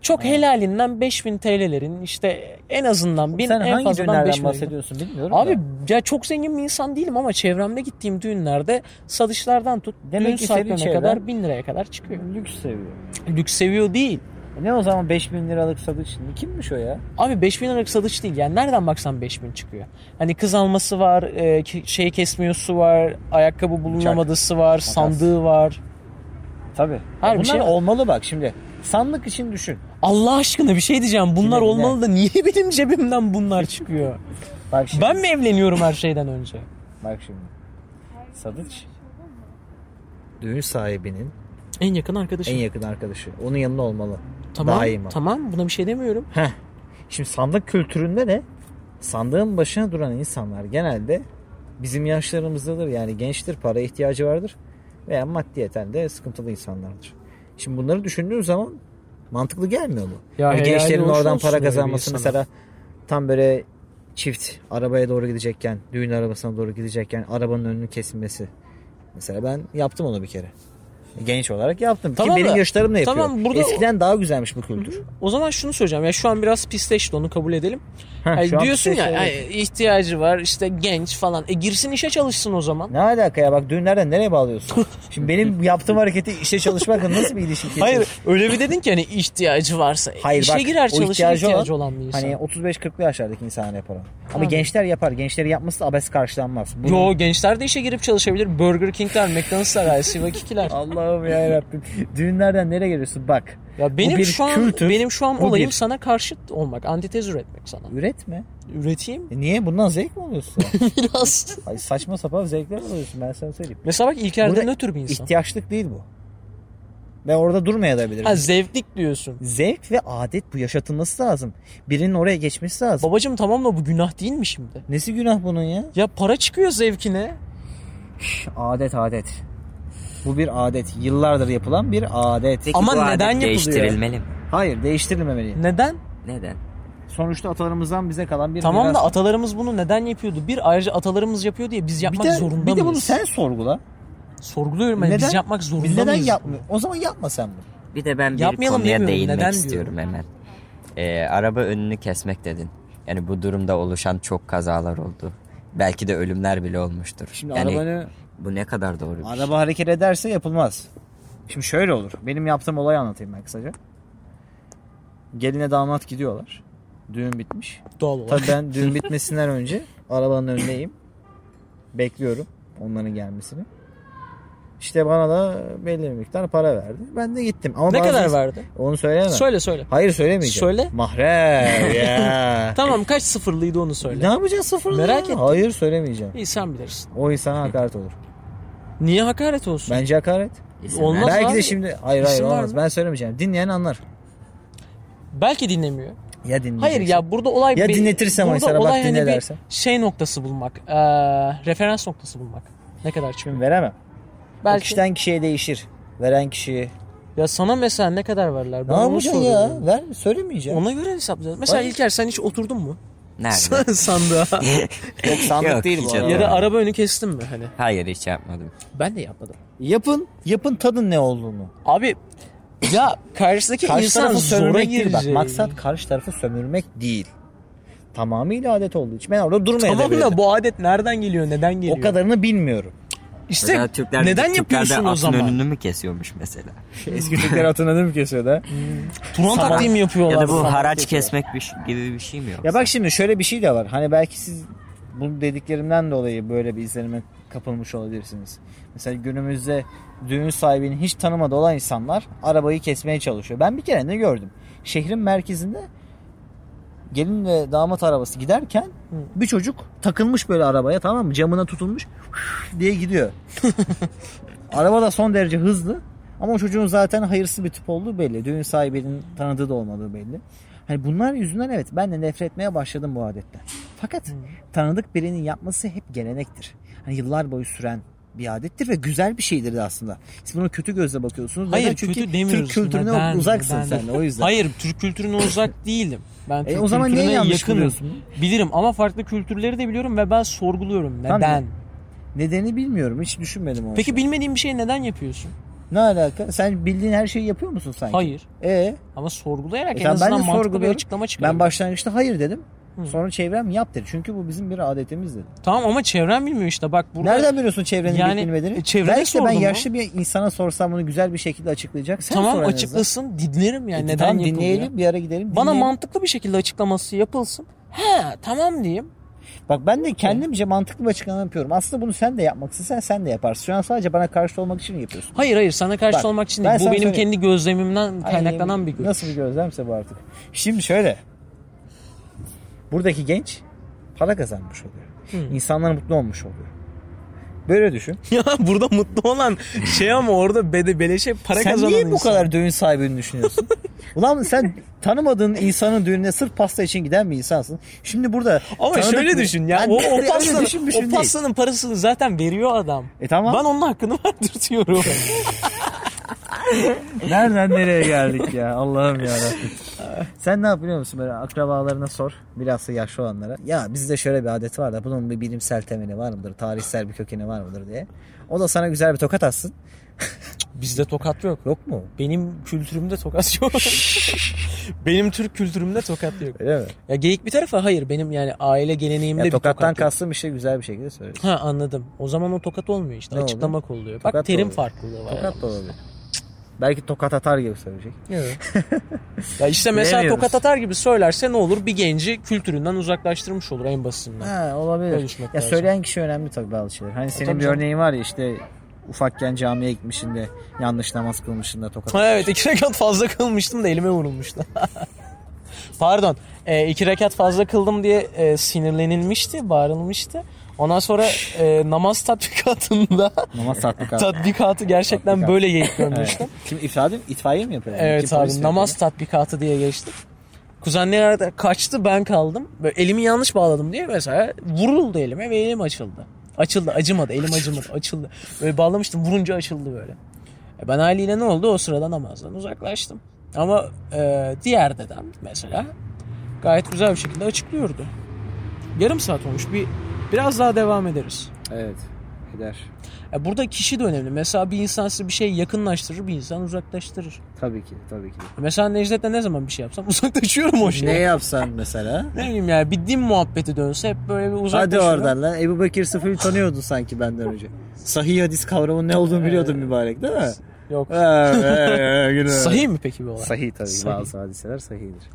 [SPEAKER 1] Çok helalinden 5000 TL'lerin işte en azından bin
[SPEAKER 2] Sen
[SPEAKER 1] en
[SPEAKER 2] hangi
[SPEAKER 1] fazladan
[SPEAKER 2] düğünlerden
[SPEAKER 1] 5000
[SPEAKER 2] bahsediyorsun bilmiyorum da.
[SPEAKER 1] Abi ya çok zengin bir insan değilim ama çevremde gittiğim düğünlerde satışlardan tut
[SPEAKER 2] Demek
[SPEAKER 1] düğün
[SPEAKER 2] ki senin
[SPEAKER 1] saatlerine
[SPEAKER 2] çevren-
[SPEAKER 1] kadar 1000 liraya kadar çıkıyor.
[SPEAKER 2] lüks seviyor.
[SPEAKER 1] Lüks seviyor değil.
[SPEAKER 2] E ne o zaman 5000 liralık sadıç şimdi? Kimmiş o ya?
[SPEAKER 1] Abi 5000 liralık satış değil. Yani nereden baksan 5000 çıkıyor. Hani kız alması var, e, ke- şey kesmiyor su var, ayakkabı bulunamadısı var, sandığı var.
[SPEAKER 2] Tabii. E,
[SPEAKER 1] Her bir
[SPEAKER 2] Bunlar
[SPEAKER 1] şey-
[SPEAKER 2] olmalı bak şimdi. Sandık için düşün.
[SPEAKER 1] Allah aşkına bir şey diyeceğim. Bunlar
[SPEAKER 2] Yine bile.
[SPEAKER 1] olmalı da niye benim cebimden bunlar çıkıyor?
[SPEAKER 2] Bak şimdi.
[SPEAKER 1] ben mi evleniyorum her şeyden önce?
[SPEAKER 2] Bak şimdi. Sadıç.
[SPEAKER 4] Düğün sahibinin
[SPEAKER 1] En yakın arkadaşım.
[SPEAKER 4] en yakın arkadaşı. Onun yanında olmalı.
[SPEAKER 1] tamam,
[SPEAKER 4] daima.
[SPEAKER 1] tamam. Buna bir şey demiyorum.
[SPEAKER 4] Heh. Şimdi sandık kültüründe de sandığın başına duran insanlar genelde bizim yaşlarımızdadır. Yani gençtir, para ihtiyacı vardır veya maddiyeten de sıkıntılı insanlardır. Şimdi bunları düşündüğün zaman mantıklı gelmiyor mu?
[SPEAKER 1] Ya
[SPEAKER 4] Hani
[SPEAKER 1] helali
[SPEAKER 4] gençlerin
[SPEAKER 1] olsun
[SPEAKER 4] oradan
[SPEAKER 1] Ee, olsun
[SPEAKER 4] para
[SPEAKER 1] öyle bir
[SPEAKER 4] kazanması
[SPEAKER 1] insana.
[SPEAKER 4] mesela tam böyle çift arabaya doğru gidecekken, düğün arabasına doğru gidecekken arabanın önünün kesilmesi. Mesela ben yaptım onu bir kere. Genç olarak yaptım.
[SPEAKER 1] Tamam
[SPEAKER 4] Ki benim
[SPEAKER 1] da-
[SPEAKER 4] yaşlarım da yapıyor.
[SPEAKER 1] tamam burada-
[SPEAKER 4] Eskiden daha güzelmiş bu kültür.
[SPEAKER 1] O zaman şunu söyleyeceğim. Ya şu an biraz pisleşti onu kabul edelim.
[SPEAKER 4] Heh,
[SPEAKER 1] Hani
[SPEAKER 4] şu an
[SPEAKER 1] diyorsun ya
[SPEAKER 4] pisleşti,
[SPEAKER 1] hani
[SPEAKER 4] evet.
[SPEAKER 1] ihtiyacı var işte genç falan. E girsin işe çalışsın o zaman.
[SPEAKER 4] Ne alaka ya bak düğünlerden nereye bağlıyorsun? Şimdi benim yaptığım hareketi işe çalışmakla nasıl bir ilişki kesiyorsun?
[SPEAKER 1] Hayır öyle bir dedin ki hani ihtiyacı varsa. E,
[SPEAKER 4] Hayır
[SPEAKER 1] işe
[SPEAKER 4] bak,
[SPEAKER 1] girer
[SPEAKER 4] o
[SPEAKER 1] çalışır ihtiyacı,
[SPEAKER 4] ihtiyacı
[SPEAKER 1] olan,
[SPEAKER 4] olan,
[SPEAKER 1] bir insan.
[SPEAKER 4] Hani 35-40'lı yaşlardaki insanlar yapar onu. Ama
[SPEAKER 1] Tamam.
[SPEAKER 4] gençler yapar. Gençleri yapması da abes karşılanmaz. Bunu-
[SPEAKER 1] Yo gençler de işe girip çalışabilir. Burger King'ler, McDonald's'lar, Siva Kiki'ler.
[SPEAKER 4] Allah'ım ya Rabbim. Düğünlerden nereye geliyorsun? Bak.
[SPEAKER 1] Ya benim
[SPEAKER 4] bir
[SPEAKER 1] şu an
[SPEAKER 4] kültür,
[SPEAKER 1] benim şu an
[SPEAKER 4] bu
[SPEAKER 1] olayım
[SPEAKER 4] bir-
[SPEAKER 1] sana karşıt olmak, antitez üretmek sana.
[SPEAKER 4] Üretme.
[SPEAKER 1] Üreteyim
[SPEAKER 4] E niye? Bundan zevk mi alıyorsun?
[SPEAKER 1] biraz.
[SPEAKER 4] Ay saçma sapan zevkler alıyorsun ben sana söyleyeyim.
[SPEAKER 1] Mesela bak İlker'den
[SPEAKER 4] Burada
[SPEAKER 1] nötr bir insan.
[SPEAKER 4] İhtiyaçlık değil bu. Ve orada durmaya da bilirim.
[SPEAKER 1] Ha zevklik diyorsun.
[SPEAKER 4] Zevk ve adet bu yaşatılması lazım. Birinin oraya geçmesi lazım.
[SPEAKER 1] Babacım tamam da bu günah değil mi şimdi?
[SPEAKER 4] Nesi günah bunun ya?
[SPEAKER 1] Ya para çıkıyor zevkine.
[SPEAKER 4] Adet adet. Bu bir adet. Yıllardır yapılan bir adet.
[SPEAKER 3] Peki
[SPEAKER 1] Ama
[SPEAKER 3] bu adet
[SPEAKER 1] neden yapılıyor?
[SPEAKER 3] değiştirilmeli mi?
[SPEAKER 4] Hayır değiştirilmemeli.
[SPEAKER 1] Neden?
[SPEAKER 3] Neden?
[SPEAKER 4] Sonuçta atalarımızdan bize kalan bir
[SPEAKER 1] Tamam
[SPEAKER 4] miras.
[SPEAKER 1] da atalarımız bunu neden yapıyordu? Bir ayrıca atalarımız yapıyor diye biz
[SPEAKER 4] bir
[SPEAKER 1] yapmak
[SPEAKER 4] de,
[SPEAKER 1] zorunda
[SPEAKER 4] bir de bunu
[SPEAKER 1] mıyız?
[SPEAKER 4] sen sorgula.
[SPEAKER 1] Sorguluyorum ben. Biz
[SPEAKER 4] Neden?
[SPEAKER 1] yapmak zorunda
[SPEAKER 4] Biz neden
[SPEAKER 1] mıyız?
[SPEAKER 4] yapmıyor? O zaman yapma sen bunu.
[SPEAKER 3] Bir de ben bir
[SPEAKER 1] Yapmayalım
[SPEAKER 3] konuya
[SPEAKER 1] demiyorum,
[SPEAKER 3] değinmek
[SPEAKER 1] neden
[SPEAKER 3] istiyorum hemen. Ee, araba önünü kesmek dedin. Yani bu durumda oluşan çok kazalar oldu. Belki de ölümler bile olmuştur.
[SPEAKER 4] Şimdi
[SPEAKER 3] yani
[SPEAKER 4] arabanı
[SPEAKER 3] bu ne kadar doğru bir şey.
[SPEAKER 4] Araba hareket ederse yapılmaz. Şimdi şöyle olur. Benim yaptığım olayı anlatayım ben kısaca. Geline damat gidiyorlar. Düğün bitmiş.
[SPEAKER 1] Doğal olarak.
[SPEAKER 4] Tabii ben düğün bitmesinden önce arabanın önündeyim. Bekliyorum onların gelmesini.
[SPEAKER 2] İşte bana da belli bir miktar para verdi. Ben de gittim. Ama
[SPEAKER 1] Ne
[SPEAKER 2] bazı-
[SPEAKER 1] kadar verdi?
[SPEAKER 2] Onu söyleyemem.
[SPEAKER 1] Söyle söyle.
[SPEAKER 2] Hayır söylemeyeceğim.
[SPEAKER 1] Söyle.
[SPEAKER 2] Mahrem ya.
[SPEAKER 1] Tamam kaç sıfırlıydı onu
[SPEAKER 2] ne
[SPEAKER 1] söyle.
[SPEAKER 2] yapacağız sıfırla?
[SPEAKER 1] Merak
[SPEAKER 2] ya?
[SPEAKER 1] ettim.
[SPEAKER 2] Hayır söylemeyeceğim.
[SPEAKER 1] İyi sen bilirsin.
[SPEAKER 2] O insana hakaret olur.
[SPEAKER 1] Niye hakaret olsun?
[SPEAKER 2] Bence hakaret.
[SPEAKER 3] İsim
[SPEAKER 1] Olmaz.
[SPEAKER 3] ver.
[SPEAKER 2] Belki
[SPEAKER 1] abi?
[SPEAKER 2] de şimdi hayır hayır
[SPEAKER 1] İsim var
[SPEAKER 2] olmaz.
[SPEAKER 1] mı?
[SPEAKER 2] Ben söylemeyeceğim. Dinleyen anlar.
[SPEAKER 1] Belki dinlemiyor.
[SPEAKER 2] Ya dinleyeceksin.
[SPEAKER 1] Hayır ya burada olay
[SPEAKER 2] Ya dinletirsem
[SPEAKER 1] burada
[SPEAKER 2] Aysel'e bak
[SPEAKER 1] olay
[SPEAKER 2] dinle
[SPEAKER 1] bir
[SPEAKER 2] dersen.
[SPEAKER 1] şey noktası bulmak. eee, referans noktası bulmak. Ne kadar
[SPEAKER 2] Şimdi
[SPEAKER 1] çıkıyor?
[SPEAKER 2] veremem. O
[SPEAKER 1] Belki
[SPEAKER 2] kişiden kişiye değişir. Veren kişiye.
[SPEAKER 1] ya sana mesela ne kadar verler?
[SPEAKER 2] Ne
[SPEAKER 1] Ben onu
[SPEAKER 2] yapacaksın ya?
[SPEAKER 1] soruyorum.
[SPEAKER 2] Ver söylemeyeceğim.
[SPEAKER 1] Ona göre hesaplayacağız. Mesela
[SPEAKER 2] Hayır.
[SPEAKER 1] İlker sen hiç oturdun mu?
[SPEAKER 3] Nerede?
[SPEAKER 1] Sandığa.
[SPEAKER 2] Yok sandık
[SPEAKER 3] Yok,
[SPEAKER 2] değil
[SPEAKER 3] hiç
[SPEAKER 2] bu arada.
[SPEAKER 1] ya da
[SPEAKER 3] Tamam.
[SPEAKER 1] araba önü kestin mi hani?
[SPEAKER 3] Hayır hiç yapmadım.
[SPEAKER 1] Ben de yapmadım.
[SPEAKER 2] Yapın. Yapın tadın ne olduğunu.
[SPEAKER 1] Abi ya karşısındaki
[SPEAKER 2] Karşı
[SPEAKER 1] insan
[SPEAKER 2] tarafı
[SPEAKER 1] zora
[SPEAKER 2] sömürmek değil
[SPEAKER 1] girecek.
[SPEAKER 2] bak. Maksat karşı tarafı sömürmek değil. Tamamıyla adet olduğu için. Ben orada durmaya
[SPEAKER 1] Tamam
[SPEAKER 2] da bilirim.
[SPEAKER 1] da bu adet nereden geliyor? Neden geliyor?
[SPEAKER 2] O kadarını bilmiyorum.
[SPEAKER 1] İşte
[SPEAKER 3] Mesela Türkler-
[SPEAKER 1] neden
[SPEAKER 3] Türkler de
[SPEAKER 1] yapıyorsun o
[SPEAKER 3] atın
[SPEAKER 1] zaman?
[SPEAKER 3] önünü mü kesiyormuş mesela?
[SPEAKER 2] Eski Türkler atın mü kesiyor da?
[SPEAKER 1] Turon taktiği mi yapıyorlar?
[SPEAKER 3] Ya da bu
[SPEAKER 1] falan?
[SPEAKER 3] haraç kesmek bir, şey- gibi bir şey mi yok?
[SPEAKER 2] Ya bak şimdi şöyle bir şey de var. Hani belki siz bu dediklerimden dolayı böyle bir izlenime kapılmış olabilirsiniz. Mesela günümüzde düğün sahibini hiç tanımadığı olan insanlar arabayı kesmeye çalışıyor. Ben bir kere ne gördüm? Şehrin merkezinde gelin ve damat arabası giderken bir çocuk takılmış böyle arabaya tamam mı? Camına tutulmuş diye gidiyor. Araba da son derece hızlı. Ama o çocuğun zaten hayırsız bir tip olduğu belli. Düğün sahibinin tanıdığı da olmadığı belli. Hani bunlar yüzünden evet ben de nefret etmeye başladım bu adetten. Fakat tanıdık birinin yapması hep gelenektir. Hani yıllar boyu süren bir adettir ve güzel bir şeydir de aslında. Siz buna kötü gözle bakıyorsunuz. Neden?
[SPEAKER 1] Hayır
[SPEAKER 2] Çünkü
[SPEAKER 1] kötü demiyoruz.
[SPEAKER 2] Türk kültürüne
[SPEAKER 1] Neden?
[SPEAKER 2] uzaksın
[SPEAKER 1] Neden?
[SPEAKER 2] sen de o yüzden.
[SPEAKER 1] Hayır Türk kültürüne uzak değilim. Ben Türk
[SPEAKER 2] E, o zaman niye
[SPEAKER 1] kültürüne
[SPEAKER 2] yanlış
[SPEAKER 1] yakınım.
[SPEAKER 2] buluyorsun?
[SPEAKER 1] Bilirim ama farklı kültürleri de biliyorum ve ben sorguluyorum. Neden?
[SPEAKER 2] Tamam. Nedeni bilmiyorum. Hiç düşünmedim onu.
[SPEAKER 1] Peki bilmediğim bir şeyi neden yapıyorsun?
[SPEAKER 2] ne alaka? Sen bildiğin her şeyi yapıyor musun sanki?
[SPEAKER 1] Hayır.
[SPEAKER 2] E
[SPEAKER 1] Ama sorgulayarak
[SPEAKER 2] E
[SPEAKER 1] en
[SPEAKER 2] tamam, ben de
[SPEAKER 1] azından mantıklı bir
[SPEAKER 2] sorguluyorum.
[SPEAKER 1] açıklama çıkıyor.
[SPEAKER 2] ben başlangıçta hayır dedim.
[SPEAKER 1] Hı.
[SPEAKER 2] Sonra çevrem yap dedi. Çünkü bu bizim bir adetimiz dedi.
[SPEAKER 1] Tamam ama çevrem bilmiyor işte bak burada.
[SPEAKER 2] Nereden biliyorsun çevrenin
[SPEAKER 1] Yani,
[SPEAKER 2] bilip bilmediğini?
[SPEAKER 1] e, çevrene
[SPEAKER 2] Belki de ben
[SPEAKER 1] sordum mu?
[SPEAKER 2] yaşlı bir insana sorsam bunu güzel bir şekilde açıklayacak. Sen
[SPEAKER 1] tamam
[SPEAKER 2] sor en azından.
[SPEAKER 1] açıklasın dinlerim yani
[SPEAKER 2] E,
[SPEAKER 1] neden
[SPEAKER 2] tamam,
[SPEAKER 1] yapılıyor.
[SPEAKER 2] dinleyelim bir ara gidelim.
[SPEAKER 1] Bana
[SPEAKER 2] dinleyelim.
[SPEAKER 1] mantıklı bir şekilde açıklaması yapılsın. He tamam diyeyim.
[SPEAKER 2] Bak ben de kendimce mantıklı bir açıklama yapıyorum. Aslında bunu sen de yapmak istesen sen de yaparsın. Şu an sadece bana karşı olmak için yapıyorsun.
[SPEAKER 1] Hayır hayır sana karşı
[SPEAKER 2] Bak,
[SPEAKER 1] olmak için
[SPEAKER 2] ben
[SPEAKER 1] değil. Bu
[SPEAKER 2] sana
[SPEAKER 1] benim
[SPEAKER 2] söyleyeyim.
[SPEAKER 1] kendi gözlemimden kaynaklanan
[SPEAKER 2] Ay,
[SPEAKER 1] bir görüş.
[SPEAKER 2] Nasıl bir gözlemse bu artık. Şimdi şöyle. Buradaki genç para kazanmış oluyor. İnsanlar mutlu olmuş oluyor. Böyle düşün.
[SPEAKER 1] Ya burada mutlu olan şey ama orada bede beleşe para
[SPEAKER 2] sen
[SPEAKER 1] kazanan
[SPEAKER 2] niye bu
[SPEAKER 1] insan.
[SPEAKER 2] kadar düğün sahibini düşünüyorsun? Ulan sen tanımadığın insanın düğününe sırf pasta için giden bir insansın. Şimdi burada
[SPEAKER 1] Ama
[SPEAKER 2] tanıdık
[SPEAKER 1] şöyle
[SPEAKER 2] bir-
[SPEAKER 1] düşün ya
[SPEAKER 2] Ben
[SPEAKER 1] o,
[SPEAKER 2] öyle
[SPEAKER 1] o, pastanın,
[SPEAKER 2] düşün, düşün
[SPEAKER 1] o
[SPEAKER 2] değil.
[SPEAKER 1] pastanın parasını zaten veriyor adam.
[SPEAKER 2] E tamam.
[SPEAKER 1] Ben onun hakkını verdirtiyorum.
[SPEAKER 2] Nereden nereye geldik ya Allah'ım ya. Sen ne yapıyor musun böyle akrabalarına sor bilhassa yaşlı olanlara. Ya bizde şöyle bir adet var da bunun bir bilimsel temeli var mıdır? Tarihsel bir kökeni var mıdır diye. O da sana güzel bir tokat atsın.
[SPEAKER 1] Bizde tokat yok.
[SPEAKER 2] Yok mu?
[SPEAKER 1] Benim kültürümde tokat yok. benim Türk kültürümde tokat yok.
[SPEAKER 2] Öyle mi?
[SPEAKER 1] Ya geyik bir tarafa hayır benim yani aile geleneğimde
[SPEAKER 2] Ya
[SPEAKER 1] bir tokat
[SPEAKER 2] tokattan
[SPEAKER 1] yok.
[SPEAKER 2] kastım işte güzel bir şekilde söyle.
[SPEAKER 1] Ha anladım. O zaman o tokat olmuyor işte.
[SPEAKER 2] Ne oluyor?
[SPEAKER 1] Açıklamak oluyor. Bak
[SPEAKER 2] Tokat da
[SPEAKER 1] terim
[SPEAKER 2] oluyor.
[SPEAKER 1] farklılığı var.
[SPEAKER 2] Tokat da olabilir. Belki tokat atar gibi söyleyecek.
[SPEAKER 1] Ya işte mesela
[SPEAKER 2] Bilemiyoruz.
[SPEAKER 1] tokat atar gibi söylerse ne olur? Bir genci kültüründen uzaklaştırmış olur en basitinden.
[SPEAKER 2] Ha
[SPEAKER 1] Böyle
[SPEAKER 2] olabilir.
[SPEAKER 1] düşünmek
[SPEAKER 2] Ya
[SPEAKER 1] lazım. E,
[SPEAKER 2] söyleyen kişi önemli tabii bazı şeyler. Hani senin
[SPEAKER 1] tabii
[SPEAKER 2] bir
[SPEAKER 1] canım.
[SPEAKER 2] örneğin var ya işte ufakken camiye gitmişsin de yanlış namaz kılmışsın da tokat.
[SPEAKER 1] Ha, evet iki rekat fazla kılmıştım da elime vurulmuştu. Pardon. E, iki rekat fazla kıldım diye e, sinirlenilmişti, bağırılmıştı. Ondan sonra e, namaz tatbikatında
[SPEAKER 2] Namaz tatbik abi.
[SPEAKER 1] tatbikatı gerçekten
[SPEAKER 2] Tatbikat.
[SPEAKER 1] böyle geyik görmüştüm.
[SPEAKER 2] Kim ifade mi? İtfaiye mi yapıyor?
[SPEAKER 1] Evet
[SPEAKER 2] Kim polis
[SPEAKER 1] abi
[SPEAKER 2] mi
[SPEAKER 1] namaz
[SPEAKER 2] yapıyor?
[SPEAKER 1] tatbikatı diye geçtik. Kuzenler arada kaçtı ben kaldım. Böyle elimi yanlış bağladım diye mesela vuruldu elime ve elim açıldı. Açıldı acımadı elim acımadı açıldı. Böyle bağlamıştım vurunca açıldı böyle. E ben haliyle ne oldu o sırada namazdan uzaklaştım. Ama e, diğer dedem mesela gayet güzel bir şekilde açıklıyordu. Yarım saat olmuş bir biraz daha devam ederiz.
[SPEAKER 2] Evet. Eder.
[SPEAKER 1] E burada kişi de önemli. Mesela bir insan size bir şey yakınlaştırır bir insan uzaklaştırır.
[SPEAKER 2] Tabii ki. Tabii ki.
[SPEAKER 1] Mesela Necdet'le ne zaman bir şey yapsam uzaklaşıyorum o
[SPEAKER 2] Ne
[SPEAKER 1] şeye.
[SPEAKER 2] yapsan mesela?
[SPEAKER 1] Ne bileyim yani bir din muhabbeti dönse hep böyle bir
[SPEAKER 2] Hadi
[SPEAKER 1] uzaklaşıyorum.
[SPEAKER 2] oradan lan. Ebu Bekir Sıfır'ı tanıyordun sanki benden önce. Sahih hadis kavramının ne olduğunu biliyordun mübarek değil mi?
[SPEAKER 1] Yok.
[SPEAKER 2] Ha, ha, ha, günah.
[SPEAKER 1] Sahih mi peki bu olay?
[SPEAKER 2] Sahih tabii.
[SPEAKER 1] Sahih.
[SPEAKER 2] Bazı hadiseler sahihdir.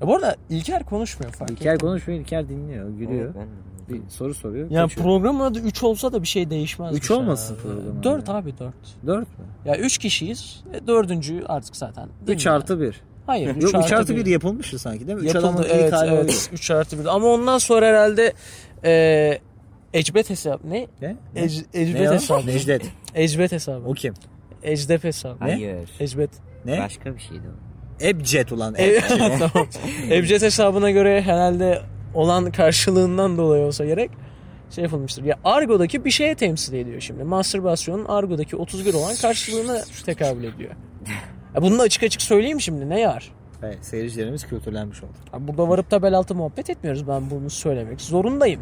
[SPEAKER 1] Ya bu arada İlker konuşmuyor fark
[SPEAKER 2] İlker
[SPEAKER 1] ettin mi?
[SPEAKER 2] konuşmuyor, İlker dinliyor, gülüyor. Bir soru soruyor.
[SPEAKER 1] Yani
[SPEAKER 2] kaçıyor.
[SPEAKER 1] programın adı 3 olsa da bir şey değişmez.
[SPEAKER 2] Üç olmasın programın
[SPEAKER 1] 4
[SPEAKER 2] adı.
[SPEAKER 1] abi 4.
[SPEAKER 2] Dört mü?
[SPEAKER 1] Ya 3 kişiyiz. E, dördüncüyü artık zaten. değil
[SPEAKER 2] Üç
[SPEAKER 1] mi?
[SPEAKER 2] artı bir.
[SPEAKER 1] Hayır.
[SPEAKER 2] Yok üç artı
[SPEAKER 1] bir
[SPEAKER 2] bir yapılmıştı sanki değil mi? Üç adamın
[SPEAKER 1] Yapıldı.
[SPEAKER 2] ilk
[SPEAKER 1] Evet,
[SPEAKER 2] hali oydu.
[SPEAKER 1] evet. 3 artı 1. Ama ondan sonra herhalde e, Ecbet hesabı. Ne?
[SPEAKER 2] Ne?
[SPEAKER 1] Ec-
[SPEAKER 2] Ne
[SPEAKER 1] Ecbet
[SPEAKER 2] o?
[SPEAKER 1] hesabı.
[SPEAKER 2] Necdet.
[SPEAKER 1] Ecbet hesabı.
[SPEAKER 2] O kim?
[SPEAKER 1] Ecdep hesabı.
[SPEAKER 3] Hayır.
[SPEAKER 1] Ecbet.
[SPEAKER 2] Ne?
[SPEAKER 3] Başka bir şeydi o.
[SPEAKER 2] Ebced ulan.
[SPEAKER 1] tamam. Ebced hesabına göre herhalde olan karşılığından dolayı olsa gerek şey yapılmıştır. Ya Argo'daki bir şeye temsil ediyor şimdi. Mastürbasyonun Argo'daki 31 olan karşılığını tekabül ediyor. Ya bunu da açık açık söyleyeyim şimdi ne yar?
[SPEAKER 2] Evet, seyircilerimiz kültürlenmiş oldu.
[SPEAKER 1] Ya Burada varıp da bel altı muhabbet etmiyoruz. Ben bunu söylemek zorundayım.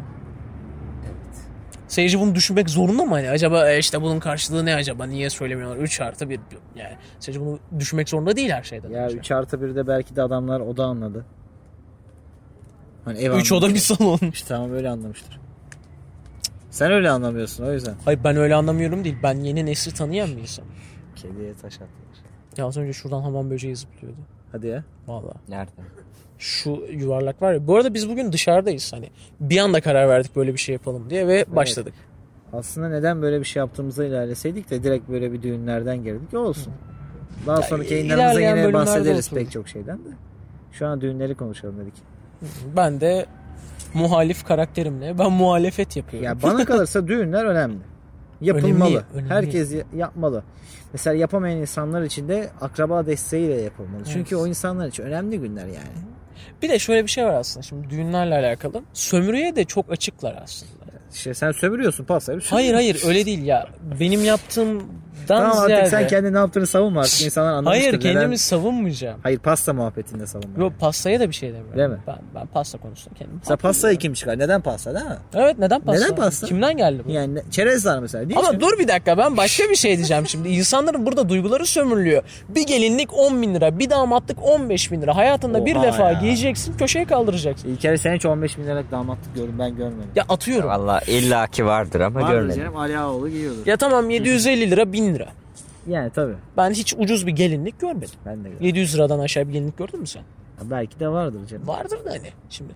[SPEAKER 1] Seyirci bunu düşünmek zorunda mı? Hani acaba e, işte bunun karşılığı ne acaba? Niye söylemiyorlar? 3 artı 1. Yani seyirci bunu düşünmek zorunda değil her şeyden.
[SPEAKER 2] Ya
[SPEAKER 1] önce.
[SPEAKER 2] 3 artı 1'de belki de adamlar o da anladı. Hani ev
[SPEAKER 1] Üç oda bir salon.
[SPEAKER 2] İşte tamam öyle anlamıştır. Sen öyle anlamıyorsun o yüzden.
[SPEAKER 1] Hayır ben öyle anlamıyorum değil. Ben yeni nesli tanıyan bir insanım.
[SPEAKER 2] Kediye taş attılar.
[SPEAKER 1] Ya az önce şuradan hamam böceği zıplıyordu.
[SPEAKER 2] Hadi ya.
[SPEAKER 1] Valla.
[SPEAKER 3] Nerede?
[SPEAKER 1] Şu yuvarlak var ya. Bu arada biz bugün dışarıdayız. Hani bir anda karar verdik böyle bir şey yapalım diye ve başladık.
[SPEAKER 2] Aslında neden böyle bir şey yaptığımıza ilerleseydik de direkt böyle bir düğünlerden girdik. O olsun. Daha sonraki yayınlarımızda
[SPEAKER 1] ilerleyen
[SPEAKER 2] yine
[SPEAKER 1] bölümlerde
[SPEAKER 2] bahsederiz
[SPEAKER 1] olsun.
[SPEAKER 2] pek çok şeyden de. Şu an düğünleri konuşalım dedik.
[SPEAKER 1] Ben de muhalif karakterimle ben muhalefet yapıyorum.
[SPEAKER 2] Ya bana kalırsa düğünler önemli. Yapılmalı.
[SPEAKER 1] Önemli, önemli.
[SPEAKER 2] Herkes ya- yapmalı. Mesela yapamayan insanlar için de akraba desteğiyle yapılmalı. Çünkü o insanlar için önemli günler yani.
[SPEAKER 1] Bir de şöyle bir şey var aslında şimdi düğünlerle alakalı. Sömürüye de çok açıklar aslında.
[SPEAKER 2] İşte sen sömürüyorsun paslayıp
[SPEAKER 1] Hayır hayır öyle değil ya. Benim yaptığımdan
[SPEAKER 2] Tamam
[SPEAKER 1] ziyade.
[SPEAKER 2] artık sen kendi ne yaptığını savunma artık insanlar anlamıştır.
[SPEAKER 1] Hayır kendimi
[SPEAKER 2] Neden-
[SPEAKER 1] savunmayacağım.
[SPEAKER 2] Hayır pasta muhabbetinde savunma.
[SPEAKER 1] Yo, pastaya da bir şey demiyorum.
[SPEAKER 2] Değil mi?
[SPEAKER 1] Ben, ben pasta konusunda kendim.
[SPEAKER 2] Mesela pastayı kim çıkar? Neden pasta değil mi?
[SPEAKER 1] Evet neden pasta?
[SPEAKER 2] Neden pasta?
[SPEAKER 1] Kimden geldi bu?
[SPEAKER 2] Yani ne- çerezler mesela değil
[SPEAKER 1] Ama
[SPEAKER 2] mi?
[SPEAKER 1] dur bir dakika ben başka bir şey diyeceğim şimdi. İnsanların burada duyguları sömürülüyor. Bir gelinlik 10 bin lira, bir damatlık 15 bin lira. Hayatında bir
[SPEAKER 2] Oha
[SPEAKER 1] defa
[SPEAKER 2] ya.
[SPEAKER 1] giyeceksin, köşeye kaldıracaksın.
[SPEAKER 2] İlk kere sen hiç 15 bin liralık damatlık gördüm ben görmedim.
[SPEAKER 1] Ya atıyorum.
[SPEAKER 3] Valla illaki vardır ama
[SPEAKER 2] Vardır
[SPEAKER 3] görmedim.
[SPEAKER 2] canım Ali Ağaoğlu giyiyordu.
[SPEAKER 1] Ya tamam 750 lira 1000 lira.
[SPEAKER 2] Yani tabii
[SPEAKER 1] Ben hiç ucuz bir gelinlik görmedim.
[SPEAKER 2] ben de gördüm.
[SPEAKER 1] 700 liradan aşağı bir gelinlik gördün mü sen?
[SPEAKER 2] Ya Belki de vardır canım.
[SPEAKER 1] Vardır da hani şimdi.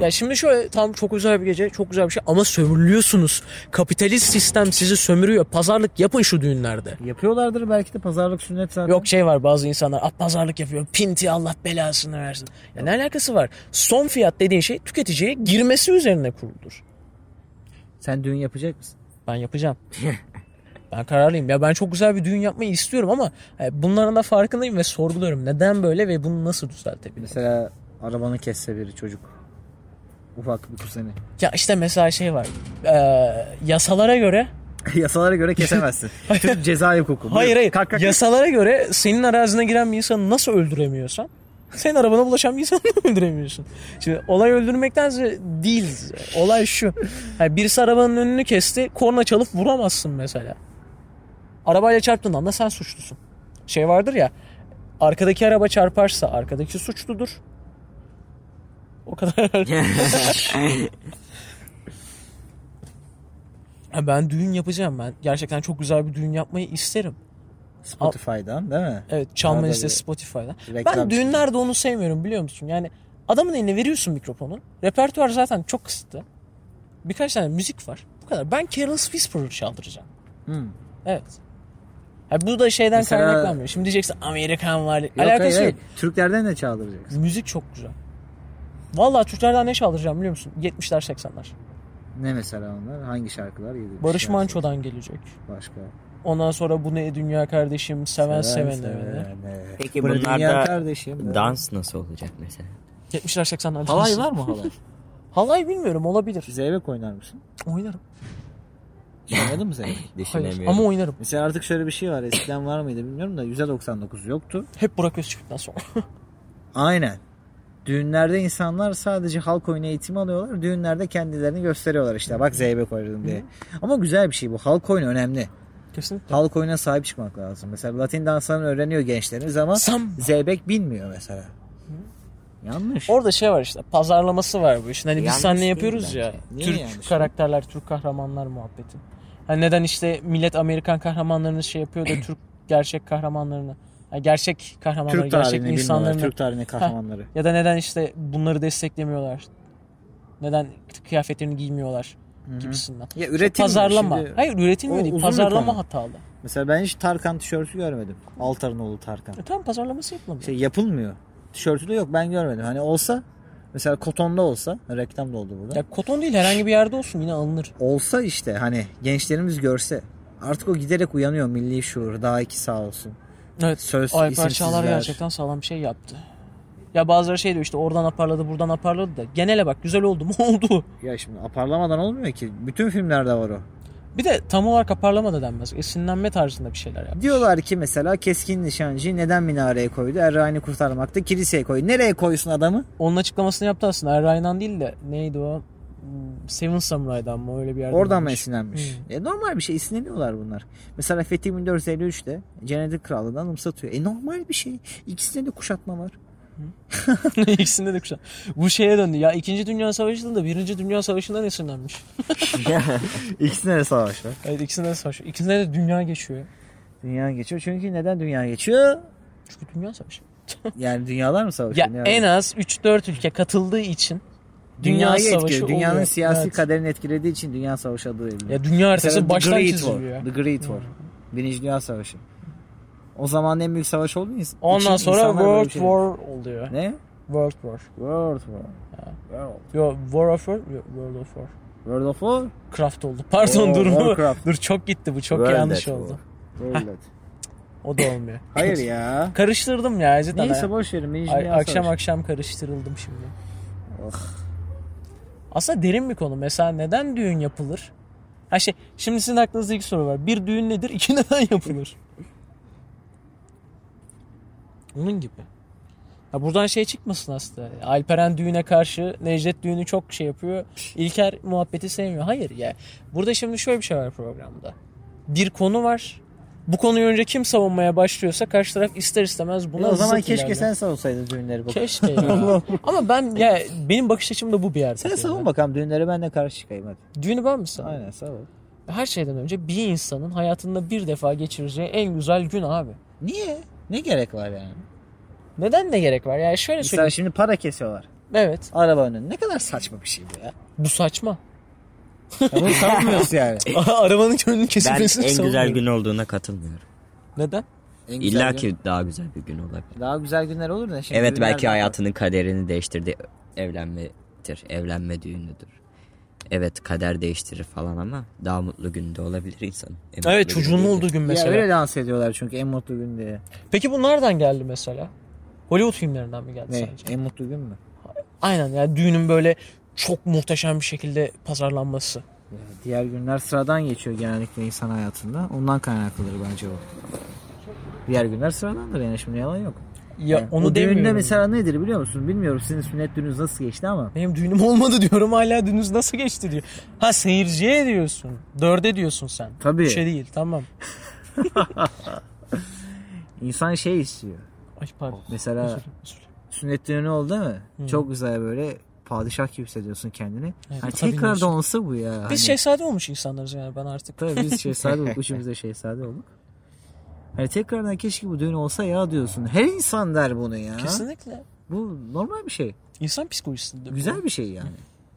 [SPEAKER 1] Ya şimdi şöyle tam çok güzel bir gece, çok güzel bir şey ama sömürülüyorsunuz. Kapitalist sistem sizi sömürüyor. Pazarlık yapın şu düğünlerde.
[SPEAKER 2] Yapıyorlardır belki de pazarlık sünnet zaten.
[SPEAKER 1] Yok şey var bazı insanlar ah pazarlık yapıyor. Pinti Allah belasını versin. Ya ne alakası var? Son fiyat dediğin şey tüketiciye girmesi üzerine kuruludur.
[SPEAKER 2] Sen düğün yapacak mısın?
[SPEAKER 1] Ben yapacağım. ben kararlıyım. Ya ben çok güzel bir düğün yapmayı istiyorum ama e, bunların da farkındayım ve sorguluyorum. Neden böyle ve bunu nasıl düzeltebilirim?
[SPEAKER 2] Mesela arabanı kesse biri çocuk. Ufak bir kuseni.
[SPEAKER 1] Ya işte mesela şey var. Ee, yasalara göre
[SPEAKER 2] Yasalara göre kesemezsin. Türk ceza hukuku.
[SPEAKER 1] hayır
[SPEAKER 2] Buyur.
[SPEAKER 1] hayır.
[SPEAKER 2] Kalk, kalk,
[SPEAKER 1] yasalara göre senin arazine giren bir insanı nasıl öldüremiyorsan senin arabana bulaşan bir insanı da öldüremiyorsun. Şimdi olay öldürmekten ziyade değil. Olay şu. Yani birisi arabanın önünü kesti. Korna çalıp vuramazsın mesela. Arabayla çarptığın anda sen suçlusun. Şey vardır ya. Arkadaki araba çarparsa arkadaki suçludur. O kadar. Ya ben düğün yapacağım ben. Gerçekten çok güzel bir düğün yapmayı isterim.
[SPEAKER 2] Spotify'dan değil mi?
[SPEAKER 1] Evet çalma
[SPEAKER 2] Arada
[SPEAKER 1] liste
[SPEAKER 2] bir
[SPEAKER 1] Spotify'da.
[SPEAKER 2] reklam
[SPEAKER 1] Ben düğünlerde onu sevmiyorum biliyor musun? Yani adamın eline veriyorsun mikrofonu. Repertuar zaten çok kısıtlı. Birkaç tane müzik var. Bu kadar. Ben Careless Whisperer çaldıracağım.
[SPEAKER 2] Hmm.
[SPEAKER 1] Evet. Ha, bu da şeyden
[SPEAKER 2] Mesela-
[SPEAKER 1] kaynaklanmıyor. Şimdi diyeceksin Amerikan var.
[SPEAKER 2] Yok, hayır,
[SPEAKER 1] Alakası
[SPEAKER 2] hayır.
[SPEAKER 1] yok.
[SPEAKER 2] Türklerden de çaldıracaksın.
[SPEAKER 1] Müzik çok güzel. Vallahi Türklerden ne çaldıracağım biliyor musun? 70'ler 80'ler.
[SPEAKER 2] Ne mesela onlar? Hangi şarkılar? Yedi,
[SPEAKER 1] Barış
[SPEAKER 2] şarkı.
[SPEAKER 1] Manço'dan gelecek.
[SPEAKER 2] Başka.
[SPEAKER 1] Ondan sonra bu ne dünya kardeşim seven seven, seven.
[SPEAKER 3] Peki
[SPEAKER 2] Bırak dünya
[SPEAKER 3] bunlarda
[SPEAKER 2] kardeşim.
[SPEAKER 3] dans nasıl olacak mesela?
[SPEAKER 1] 70'ler 80'ler.
[SPEAKER 2] Halay var mı halay?
[SPEAKER 1] Halay bilmiyorum olabilir.
[SPEAKER 2] Zeybek oynar mısın?
[SPEAKER 1] Oynarım.
[SPEAKER 2] Oynadın mı Zeybek?
[SPEAKER 1] Hayır.
[SPEAKER 3] Düşünemiyorum.
[SPEAKER 1] Ama oynarım.
[SPEAKER 2] Mesela artık şöyle bir şey var. Eskiden var mıydı bilmiyorum da %99 yoktu.
[SPEAKER 1] Hep Burak Özçivit'ten sonra.
[SPEAKER 2] Aynen. Düğünlerde insanlar sadece halk oyunu eğitimi alıyorlar. Düğünlerde kendilerini gösteriyorlar işte. Bak zeybek oynadım diye. Ama güzel bir şey bu. Halk oyunu önemli.
[SPEAKER 1] Kesinlikle.
[SPEAKER 2] Halk oyuna sahip çıkmak lazım. Mesela Latin danslarını öğreniyor gençlerimiz ama
[SPEAKER 1] Samba.
[SPEAKER 2] zeybek bilmiyor mesela. Yanlış.
[SPEAKER 1] Orada şey var işte pazarlaması var bu işin. Hani biz
[SPEAKER 3] Yanlış
[SPEAKER 1] seninle
[SPEAKER 3] değil
[SPEAKER 1] yapıyoruz
[SPEAKER 3] bence.
[SPEAKER 1] ya.
[SPEAKER 2] Niye
[SPEAKER 1] Türk
[SPEAKER 2] yanlış?
[SPEAKER 1] karakterler, Türk kahramanlar muhabbeti. Hani neden işte millet Amerikan kahramanlarını şey yapıyor da Türk gerçek kahramanlarını Yani gerçek kahramanları,
[SPEAKER 2] Türk
[SPEAKER 1] gerçek
[SPEAKER 2] tarihini
[SPEAKER 1] insanların
[SPEAKER 2] bilmiyorlar. Türk tarihini kahramanları.
[SPEAKER 1] ya da neden işte bunları desteklemiyorlar? Neden kıyafetlerini giymiyorlar gibisinden.
[SPEAKER 2] Ya üretim
[SPEAKER 1] pazarlama.
[SPEAKER 2] şimdi-
[SPEAKER 1] Hayır üretilmiyor
[SPEAKER 2] O
[SPEAKER 1] değil.
[SPEAKER 2] uzun bir
[SPEAKER 1] Pazarlama
[SPEAKER 2] konu.
[SPEAKER 1] hatalı.
[SPEAKER 2] Mesela ben hiç Tarkan tişörtü görmedim. Altarınoğlu Tarkan.
[SPEAKER 1] E tamam pazarlaması yapılamıyor.
[SPEAKER 2] Şey yapılmıyor. Tişörtü de yok ben görmedim. Hani olsa mesela kotonda olsa reklam da oldu burada.
[SPEAKER 1] Ya koton değil herhangi bir yerde olsun yine alınır.
[SPEAKER 2] Olsa işte hani gençlerimiz görse. Artık o giderek uyanıyor milli şuur. Daha iki sağ olsun.
[SPEAKER 1] Evet.
[SPEAKER 2] Söz
[SPEAKER 1] Alper Çağlar
[SPEAKER 2] isimsizler.
[SPEAKER 1] gerçekten sağlam bir şey yaptı. Ya bazıları şey diyor işte oradan aparladı buradan aparladı da genele bak güzel oldu mu oldu.
[SPEAKER 2] Ya şimdi aparlamadan olmuyor ki. Bütün filmlerde var o.
[SPEAKER 1] Bir de tam olarak aparlama da denmez. Esinlenme tarzında bir şeyler yaptı.
[SPEAKER 2] Diyorlar ki mesela keskin nişancı neden minareye koydu? Errani kurtarmakta kiliseye koydu. Nereye koysun adamı?
[SPEAKER 1] Onun açıklamasını yaptı aslında. Erray'dan değil de neydi o? Hmm, Seven Samurai'dan mı öyle bir Hmm. yerden?
[SPEAKER 2] Oradan mı
[SPEAKER 1] almış.
[SPEAKER 2] esinlenmiş? E normal bir şey esinleniyorlar bunlar. Mesela Fethi 1453'te Cennet Krallığı'ndan anımsatıyor. E normal bir şey. İkisinde de kuşatma var.
[SPEAKER 1] İkisinde de kuşan. Bu şeye döndü. Ya 2. Dünya Savaşı'ndan da 1. Dünya Savaşı'ndan esinlenmiş.
[SPEAKER 2] İkisinde de savaş var.
[SPEAKER 1] Evet ikisinde de savaş. İkisinde de dünya geçiyor.
[SPEAKER 2] Dünya geçiyor. Çünkü neden dünya geçiyor?
[SPEAKER 1] Çünkü dünya savaşı.
[SPEAKER 2] Yani dünyalar mı
[SPEAKER 1] Ya
[SPEAKER 2] savaşıyor? Ne var?
[SPEAKER 1] en az 3-4 ülke katıldığı için dünya
[SPEAKER 2] Dünyayı
[SPEAKER 1] savaşı
[SPEAKER 2] etkiliyor. Dünyanın
[SPEAKER 1] oluyor.
[SPEAKER 2] siyasi
[SPEAKER 1] Evet.
[SPEAKER 2] kaderini etkilediği için dünya savaşı adı veriliyor.
[SPEAKER 1] Ya dünya haritası
[SPEAKER 2] Mesela
[SPEAKER 1] baştan
[SPEAKER 2] The Great
[SPEAKER 1] çiziliyor.
[SPEAKER 2] War. The Great War. Birinci Dünya Savaşı. O zaman en büyük savaş oldu mu?
[SPEAKER 1] Ondan
[SPEAKER 2] İçin
[SPEAKER 1] sonra
[SPEAKER 2] insanlar böyle
[SPEAKER 1] World
[SPEAKER 2] bir şey-
[SPEAKER 1] War oluyor.
[SPEAKER 2] Ne?
[SPEAKER 1] World War.
[SPEAKER 2] World War. World.
[SPEAKER 1] Yo War of War. Yo, World of War. Oh,
[SPEAKER 2] World of War.
[SPEAKER 1] Craft oldu. Pardon
[SPEAKER 2] War-
[SPEAKER 1] dur bu.
[SPEAKER 2] Warcraft.
[SPEAKER 1] Dur çok gitti bu. Çok
[SPEAKER 3] World
[SPEAKER 1] yanlış
[SPEAKER 3] at
[SPEAKER 1] oldu.
[SPEAKER 2] World at.
[SPEAKER 1] O da olmuyor.
[SPEAKER 2] Hayır ya.
[SPEAKER 1] Karıştırdım ya cidden.
[SPEAKER 2] Neyse
[SPEAKER 1] ha.
[SPEAKER 2] boş verin. Birinci
[SPEAKER 1] Ay,
[SPEAKER 2] Dünya
[SPEAKER 1] akşam
[SPEAKER 2] Savaşı.
[SPEAKER 1] akşam karıştırıldım şimdi. Aslında derin bir konu. Mesela neden düğün yapılır? Ha şey, şimdi sizin aklınızda iki soru var. Bir düğün nedir? İki neden yapılır? Onun gibi. Ha buradan şey çıkmasın aslında. Alperen düğüne karşı Necdet düğünü çok şey yapıyor. İlker muhabbeti sevmiyor. Hayır ya. Burada şimdi şöyle bir şey var programda. Bir konu var. Bu konuyu önce kim savunmaya başlıyorsa karşı taraf ister istemez buna
[SPEAKER 2] Ya o zaman
[SPEAKER 1] zıt
[SPEAKER 2] keşke
[SPEAKER 1] ilerler.
[SPEAKER 2] sen savunsaydın düğünleri. Bak.
[SPEAKER 1] Keşke ya. Ama ben ya benim bakış açım da bu bir yerde.
[SPEAKER 2] Sen
[SPEAKER 1] Yani.
[SPEAKER 2] savun bakalım düğünlere ben de karşı çıkayım hadi.
[SPEAKER 1] Düğünü ben mi sanırım?
[SPEAKER 2] Aynen savun.
[SPEAKER 1] Her şeyden önce bir insanın hayatında bir defa geçireceği en güzel gün abi.
[SPEAKER 2] Niye? Ne gerek var yani?
[SPEAKER 1] Neden ne gerek var? Yani şöyle
[SPEAKER 2] Mesela
[SPEAKER 1] söyleyeyim.
[SPEAKER 2] şimdi para kesiyorlar.
[SPEAKER 1] Evet.
[SPEAKER 2] Araba önüne. Ne kadar saçma bir şey bu ya.
[SPEAKER 1] Bu saçma.
[SPEAKER 2] Ya bunu savunmuyorsun yani.
[SPEAKER 1] E, Arabanın önünü
[SPEAKER 3] Ben en
[SPEAKER 1] kesilmesini
[SPEAKER 3] güzel
[SPEAKER 1] savunmuyorum.
[SPEAKER 3] gün olduğuna katılmıyorum.
[SPEAKER 1] Neden?
[SPEAKER 2] En güzel
[SPEAKER 3] İlla
[SPEAKER 2] gün-
[SPEAKER 3] ki daha güzel bir gün olabilir.
[SPEAKER 2] Daha güzel günler olur da şimdi.
[SPEAKER 3] Evet
[SPEAKER 2] günler
[SPEAKER 3] belki
[SPEAKER 2] daha-
[SPEAKER 3] hayatının kaderini değiştirdi evlenmedir. Evlenme düğünüdür. Evet kader değiştirir falan ama daha mutlu günde olabilir insan. En mutlu
[SPEAKER 1] Evet çocuğun
[SPEAKER 3] günde
[SPEAKER 1] olduğu
[SPEAKER 3] değil.
[SPEAKER 1] gün
[SPEAKER 2] Ya
[SPEAKER 1] mesela.
[SPEAKER 2] öyle dans ediyorlar çünkü en mutlu gün diye.
[SPEAKER 1] Peki bu nereden geldi mesela? Hollywood filmlerinden mi geldi
[SPEAKER 2] Ne?
[SPEAKER 1] sence?
[SPEAKER 2] En mutlu gün mü?
[SPEAKER 1] Aynen yani düğünün böyle çok muhteşem bir şekilde pazarlanması.
[SPEAKER 2] Ya diğer günler sıradan geçiyor genellikle insan hayatında. Ondan kaynaklıdır bence o. Diğer günler sıradandır yani şimdi yalan yok.
[SPEAKER 1] Ya
[SPEAKER 2] Yani
[SPEAKER 1] onu
[SPEAKER 2] o düğünde
[SPEAKER 1] demiyorum.
[SPEAKER 2] mesela nedir biliyor musun? Bilmiyorum sizin sünnet düğününüz nasıl geçti ama.
[SPEAKER 1] Benim düğünüm olmadı diyorum hala düğünüz nasıl geçti diyor. Ha seyirciye diyorsun. Dörde diyorsun sen.
[SPEAKER 2] Tabii.
[SPEAKER 1] Bir şey değil tamam.
[SPEAKER 2] İnsan şey istiyor.
[SPEAKER 1] Ay pardon.
[SPEAKER 2] Mesela
[SPEAKER 1] Özür dilerim, özür dilerim.
[SPEAKER 2] sünnet düğünü oldu değil mi? Çok güzel böyle padişah gibi hissediyorsun kendini.
[SPEAKER 1] Hmm. Evet,
[SPEAKER 2] hani
[SPEAKER 1] tabii
[SPEAKER 2] tekrar
[SPEAKER 1] diyorsun.
[SPEAKER 2] da olsa bu ya. hani.
[SPEAKER 1] Biz şey- şehzade olmuş insanlarız yani ben artık.
[SPEAKER 2] Tabii biz şehzade olduk. Üçümüz de şehzade olduk. Hani tekrardan keşke bu düğün olsa ya diyorsun. Her insan der bunu ya.
[SPEAKER 1] Kesinlikle.
[SPEAKER 2] Bu normal bir şey.
[SPEAKER 1] İnsan psikolojisinde. bu.
[SPEAKER 2] Güzel bir şey yani.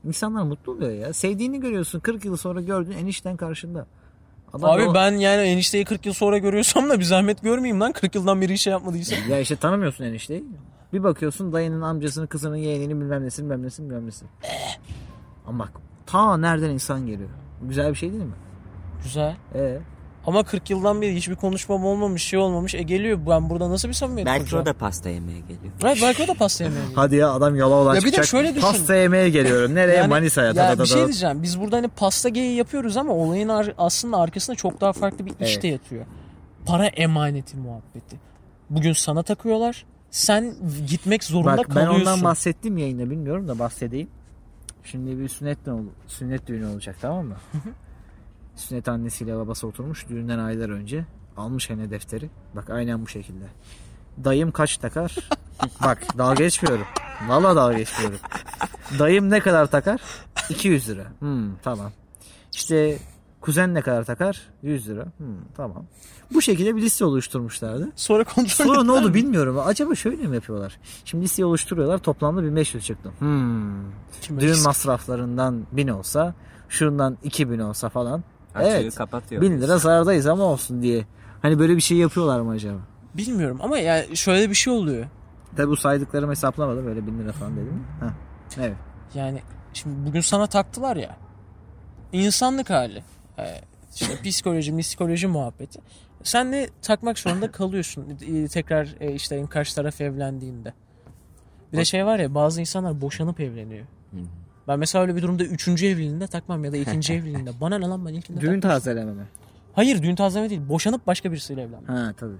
[SPEAKER 2] İnsanlar mutlu oluyor ya. Sevdiğini görüyorsun. 40 yıl sonra gördün enişten karşında. Adam
[SPEAKER 1] Abi
[SPEAKER 2] o-
[SPEAKER 1] ben yani enişteyi 40 yıl sonra görüyorsam da bir zahmet görmeyeyim lan 40 yıldan beri işe yapmadıysa.
[SPEAKER 2] Ya işte tanımıyorsun enişteyi. Bir bakıyorsun dayının amcasının kızının yeğeninin bilmem nesini bilmem nesini bilmem nesini. Ama bak ta nereden insan geliyor. Güzel bir şey değil mi?
[SPEAKER 1] Güzel.
[SPEAKER 2] Ee,
[SPEAKER 1] Ama 40 yıldan beri hiçbir konuşmam olmamış şey olmamış. E geliyor ben burada nasıl bir samimiyet
[SPEAKER 3] Belki
[SPEAKER 1] kuracağım?
[SPEAKER 3] o da pasta yemeye geliyor.
[SPEAKER 1] Evet, belki o da pasta yemeye geliyor.
[SPEAKER 2] hadi ya adam yala olan
[SPEAKER 1] Ya bir de çıkacak. şöyle düşün. Pasta
[SPEAKER 2] yemeye geliyorum. Nereye?
[SPEAKER 1] Yani- Ya bir şey diyeceğim. Biz burada hani pasta geyiği yapıyoruz ama olayın ar- aslında arkasında çok daha farklı bir iş
[SPEAKER 2] Evet.
[SPEAKER 1] de yatıyor. Para emaneti muhabbeti. Bugün sana takıyorlar. Sen gitmek zorunda
[SPEAKER 2] Bak ben
[SPEAKER 1] kalıyorsun.
[SPEAKER 2] ondan bahsettim yayında bilmiyorum da bahsedeyim. Şimdi bir sünnet, düğünü, sünnet düğünü olacak tamam mı? sünnet annesiyle babası oturmuş düğünden aylar önce. Almış hene defteri. Bak aynen bu şekilde. Dayım kaç takar? Bak dalga geçmiyorum. Valla dalga geçmiyorum. Dayım ne kadar takar? 200 lira. Hmm, tamam. İşte Kuzen ne kadar takar? 100 lira. Hmm, tamam. Bu şekilde bir liste oluşturmuşlardı.
[SPEAKER 1] Sonra kontrol
[SPEAKER 2] Sonra ne oldu bilmiyorum. Acaba şöyle mi yapıyorlar? Şimdi listeyi oluşturuyorlar. Toplamda 1500 çıktı. Hmm.
[SPEAKER 1] Kim
[SPEAKER 2] Düğün
[SPEAKER 1] bilir?
[SPEAKER 2] masraflarından 1000 olsa, şundan 2000 olsa falan.
[SPEAKER 5] Açığı
[SPEAKER 2] evet.
[SPEAKER 5] kapatıyor.
[SPEAKER 2] 1000 lira zarardayız ama olsun diye. Hani böyle bir şey yapıyorlar mı acaba?
[SPEAKER 1] Bilmiyorum ama yani şöyle bir şey oluyor.
[SPEAKER 2] Tabi bu saydıklarımı hesaplamadım. Böyle 1000 lira falan dedim. Heh. Evet.
[SPEAKER 1] Yani şimdi bugün sana taktılar ya. İnsanlık hali. Ee, işte psikoloji, psikoloji muhabbeti. Sen de takmak zorunda kalıyorsun e, tekrar e, işte en karşı taraf evlendiğinde. Bir de şey var ya bazı insanlar boşanıp evleniyor. Ben mesela öyle bir durumda üçüncü evliliğinde takmam ya da ikinci evliliğinde. Bana ne lan ben ilkinde
[SPEAKER 2] Düğün
[SPEAKER 1] takmam.
[SPEAKER 2] tazeleme mi?
[SPEAKER 1] Hayır düğün tazeleme değil. Boşanıp başka birisiyle evlenmek.
[SPEAKER 2] Ha tabii.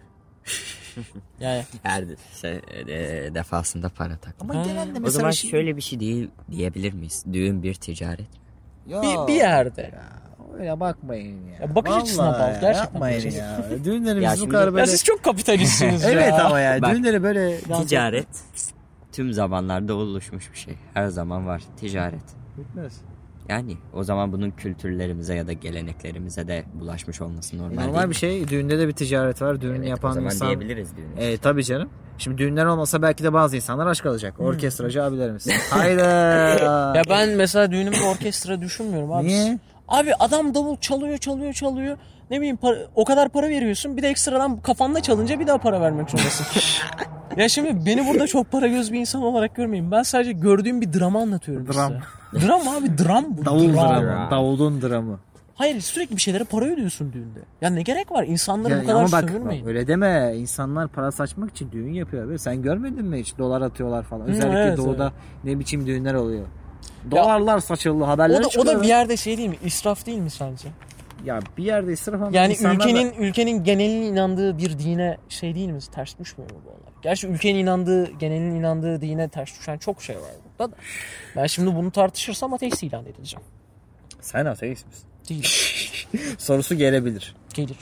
[SPEAKER 1] Yani
[SPEAKER 3] Her se- e, defasında para tak.
[SPEAKER 4] Ama
[SPEAKER 1] Ha.
[SPEAKER 4] genelde
[SPEAKER 3] O zaman
[SPEAKER 4] mesela şey-
[SPEAKER 3] şöyle bir şey değil diyebilir miyiz? Düğün bir ticaret.
[SPEAKER 2] Ya,
[SPEAKER 1] bir, bir yerde.
[SPEAKER 2] Öyle bakmayın ya.
[SPEAKER 1] Ya bakış açısına
[SPEAKER 2] Vallahi
[SPEAKER 1] bağlı,
[SPEAKER 2] ya,
[SPEAKER 1] gerçekten
[SPEAKER 2] Yapmayın
[SPEAKER 1] bakış
[SPEAKER 2] ya. Düğünlerimiz
[SPEAKER 3] Ya
[SPEAKER 2] bu
[SPEAKER 3] şimdi-
[SPEAKER 2] kadar
[SPEAKER 1] Ya
[SPEAKER 2] böyle.
[SPEAKER 1] siz çok kapitalistsiniz ya.
[SPEAKER 2] Evet ama ya.
[SPEAKER 3] Bak.
[SPEAKER 2] Düğünleri böyle.
[SPEAKER 3] Ticaret tüm zamanlarda oluşmuş bir şey. Her zaman var ticaret.
[SPEAKER 2] Bitmez.
[SPEAKER 3] Yani o zaman bunun kültürlerimize ya da geleneklerimize de bulaşmış olması normal,
[SPEAKER 2] Normal
[SPEAKER 3] değil
[SPEAKER 2] bir
[SPEAKER 3] mi?
[SPEAKER 2] şey. Düğünde de bir ticaret var. Düğün
[SPEAKER 3] Evet, o
[SPEAKER 2] yapan
[SPEAKER 3] zaman
[SPEAKER 2] insan.
[SPEAKER 3] diyebiliriz düğünü.
[SPEAKER 2] E tabii canım. Şimdi düğünler olmasa belki de bazı insanlar aşk alacak.
[SPEAKER 3] Hmm.
[SPEAKER 2] Orkestracı abilerimiz. Hayda.
[SPEAKER 1] Ya ben mesela düğünümde orkestra düşünmüyorum abi.
[SPEAKER 2] Niye?
[SPEAKER 1] Abi adam davul çalıyor çalıyor çalıyor. Ne bileyim para- o kadar para veriyorsun bir de ekstradan kafanda çalınca bir daha para vermek zorundasın. ya şimdi beni burada çok para göz bir insan olarak görmeyin. Ben sadece gördüğüm bir drama anlatıyorum
[SPEAKER 2] Dram.
[SPEAKER 1] size. Dram abi dram bu.
[SPEAKER 2] Davul
[SPEAKER 1] dram.
[SPEAKER 2] dramı. Davulun dramı.
[SPEAKER 1] Hayır sürekli bir şeylere para ödüyorsun düğünde. Ya ne gerek var insanları
[SPEAKER 2] Ya-
[SPEAKER 1] bu
[SPEAKER 2] ama
[SPEAKER 1] kadar
[SPEAKER 2] bak,
[SPEAKER 1] sömürmeyin.
[SPEAKER 2] bak öyle deme. İnsanlar para saçmak için düğün yapıyor. Abi. Sen görmedin mi hiç dolar atıyorlar falan. Özellikle
[SPEAKER 1] evet,
[SPEAKER 2] doğuda ne biçim düğünler oluyor. Dolarlar saçıldı haberler
[SPEAKER 1] o da, o
[SPEAKER 2] çıkıyor.
[SPEAKER 1] da bir yerde şey değil mi? İsraf değil mi sence?
[SPEAKER 2] Ya bir yerde israf ama
[SPEAKER 1] Yani
[SPEAKER 2] insanlar da-
[SPEAKER 1] ülkenin ülkenin genelinin inandığı bir dine şey değil mi? Ters düşmüyor mu bu olay? Gerçi ülkenin inandığı, genelinin inandığı dine ters düşen çok şey var burada da. Ben şimdi bunu tartışırsam ateist ilan edileceğim.
[SPEAKER 2] Sen ateist misin?
[SPEAKER 1] Değil.
[SPEAKER 2] Sorusu gelebilir.
[SPEAKER 1] Gelir.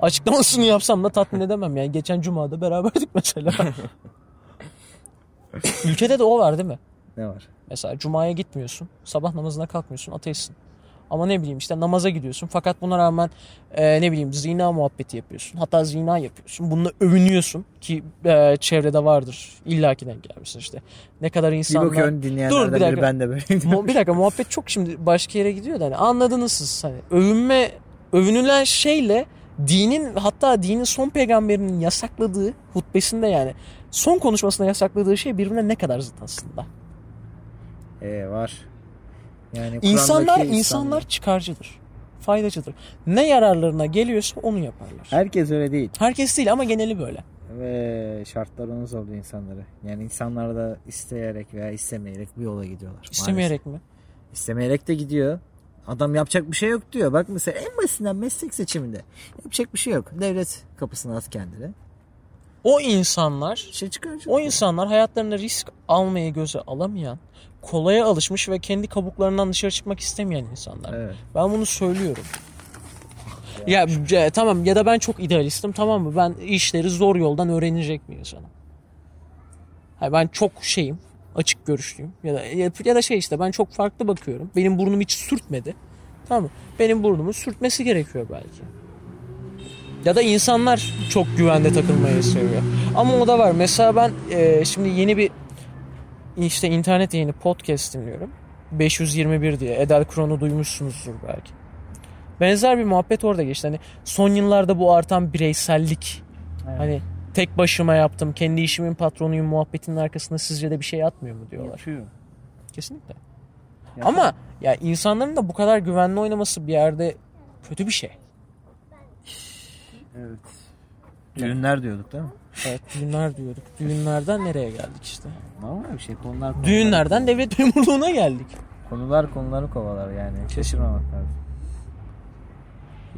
[SPEAKER 1] Açıklamasını yapsam da tatmin edemem yani. Geçen cumada beraberdik mesela. Ülkede de o var değil mi?
[SPEAKER 2] Ne var?
[SPEAKER 1] Mesela cumaya gitmiyorsun. Sabah namazına kalkmıyorsun. Ateistsin. Ama ne bileyim işte namaza gidiyorsun. Fakat buna rağmen e, ne bileyim zina muhabbeti yapıyorsun. Hatta zina yapıyorsun. Bununla övünüyorsun ki e, çevrede vardır. İlla ki denk gelmişsin işte. Ne kadar
[SPEAKER 2] Bir
[SPEAKER 1] insanlar...
[SPEAKER 2] bakıyorsun
[SPEAKER 1] Dur, bir
[SPEAKER 2] dinleyenlerden biri
[SPEAKER 1] dakika.
[SPEAKER 2] ben de böyleydim.
[SPEAKER 1] Mu- bir dakika muhabbet çok şimdi başka yere gidiyor da hani anladınız siz hani övünme övünülen şeyle dinin hatta dinin son peygamberinin yasakladığı hutbesinde yani son konuşmasında yasakladığı şey birbirine ne kadar zıt aslında.
[SPEAKER 2] Ee, var. Yani
[SPEAKER 1] İnsanlar
[SPEAKER 2] Kur'an'daki
[SPEAKER 1] insanlar çıkarcıdır. Faydacıdır. Ne yararlarına geliyorsa onu yaparlar.
[SPEAKER 2] Herkes öyle değil.
[SPEAKER 1] Herkes değil ama geneli böyle.
[SPEAKER 2] Ve şartlar onu zorluyor insanları. Yani insanlar da isteyerek veya istemeyerek bu yola gidiyorlar. Maalesef.
[SPEAKER 1] İstemeyerek mi?
[SPEAKER 2] İstemeyerek de gidiyor. Adam yapacak bir şey yok diyor. Bak mesela en basitinden meslek seçiminde. Yapacak bir şey yok. Devlet kapısına at kendini.
[SPEAKER 1] O insanlar
[SPEAKER 2] Bir şey çıkaracak.
[SPEAKER 1] o insanlar hayatlarında risk almayı göze alamayan, kolaya alışmış ve kendi kabuklarından dışarı çıkmak istemeyen insanlar.
[SPEAKER 2] Evet.
[SPEAKER 1] Ben bunu söylüyorum. Ya, e, tamam ya da ben çok idealistim tamam mı? Ben işleri zor yoldan öğrenecek bir insanım. Ha, ben çok şeyim, açık görüşlüyüm ya da ya, ya da şey işte ben çok farklı bakıyorum. Benim burnum hiç sürtmedi. Tamam mı? Benim burnumun sürtmesi gerekiyor belki. Ya da insanlar çok güvende takılmayı seviyor. Ama o da var. Mesela ben e, şimdi yeni bir işte internet yayını podcast dinliyorum. 521 diye. Edel Kron'u duymuşsunuzdur belki. Benzer bir muhabbet orada geçti. Hani son yıllarda bu artan bireysellik. Hani tek başıma yaptım, kendi işimin patronuyum muhabbetinin arkasında sizce de bir şey atmıyor mu diyorlar.
[SPEAKER 2] Yapıyor.
[SPEAKER 1] Kesinlikle. Ama ya insanların da bu kadar güvenli oynaması bir yerde kötü bir şey.
[SPEAKER 2] Evet. Düğünler diyorduk değil mi?
[SPEAKER 1] Evet düğünler diyorduk. Düğünlerden nereye geldik işte?
[SPEAKER 2] Normal bir şey. Konular konular.
[SPEAKER 1] Düğünlerden devlet memurluğuna geldik.
[SPEAKER 2] Konular konuları kovalar yani. Şaşırmamak lazım.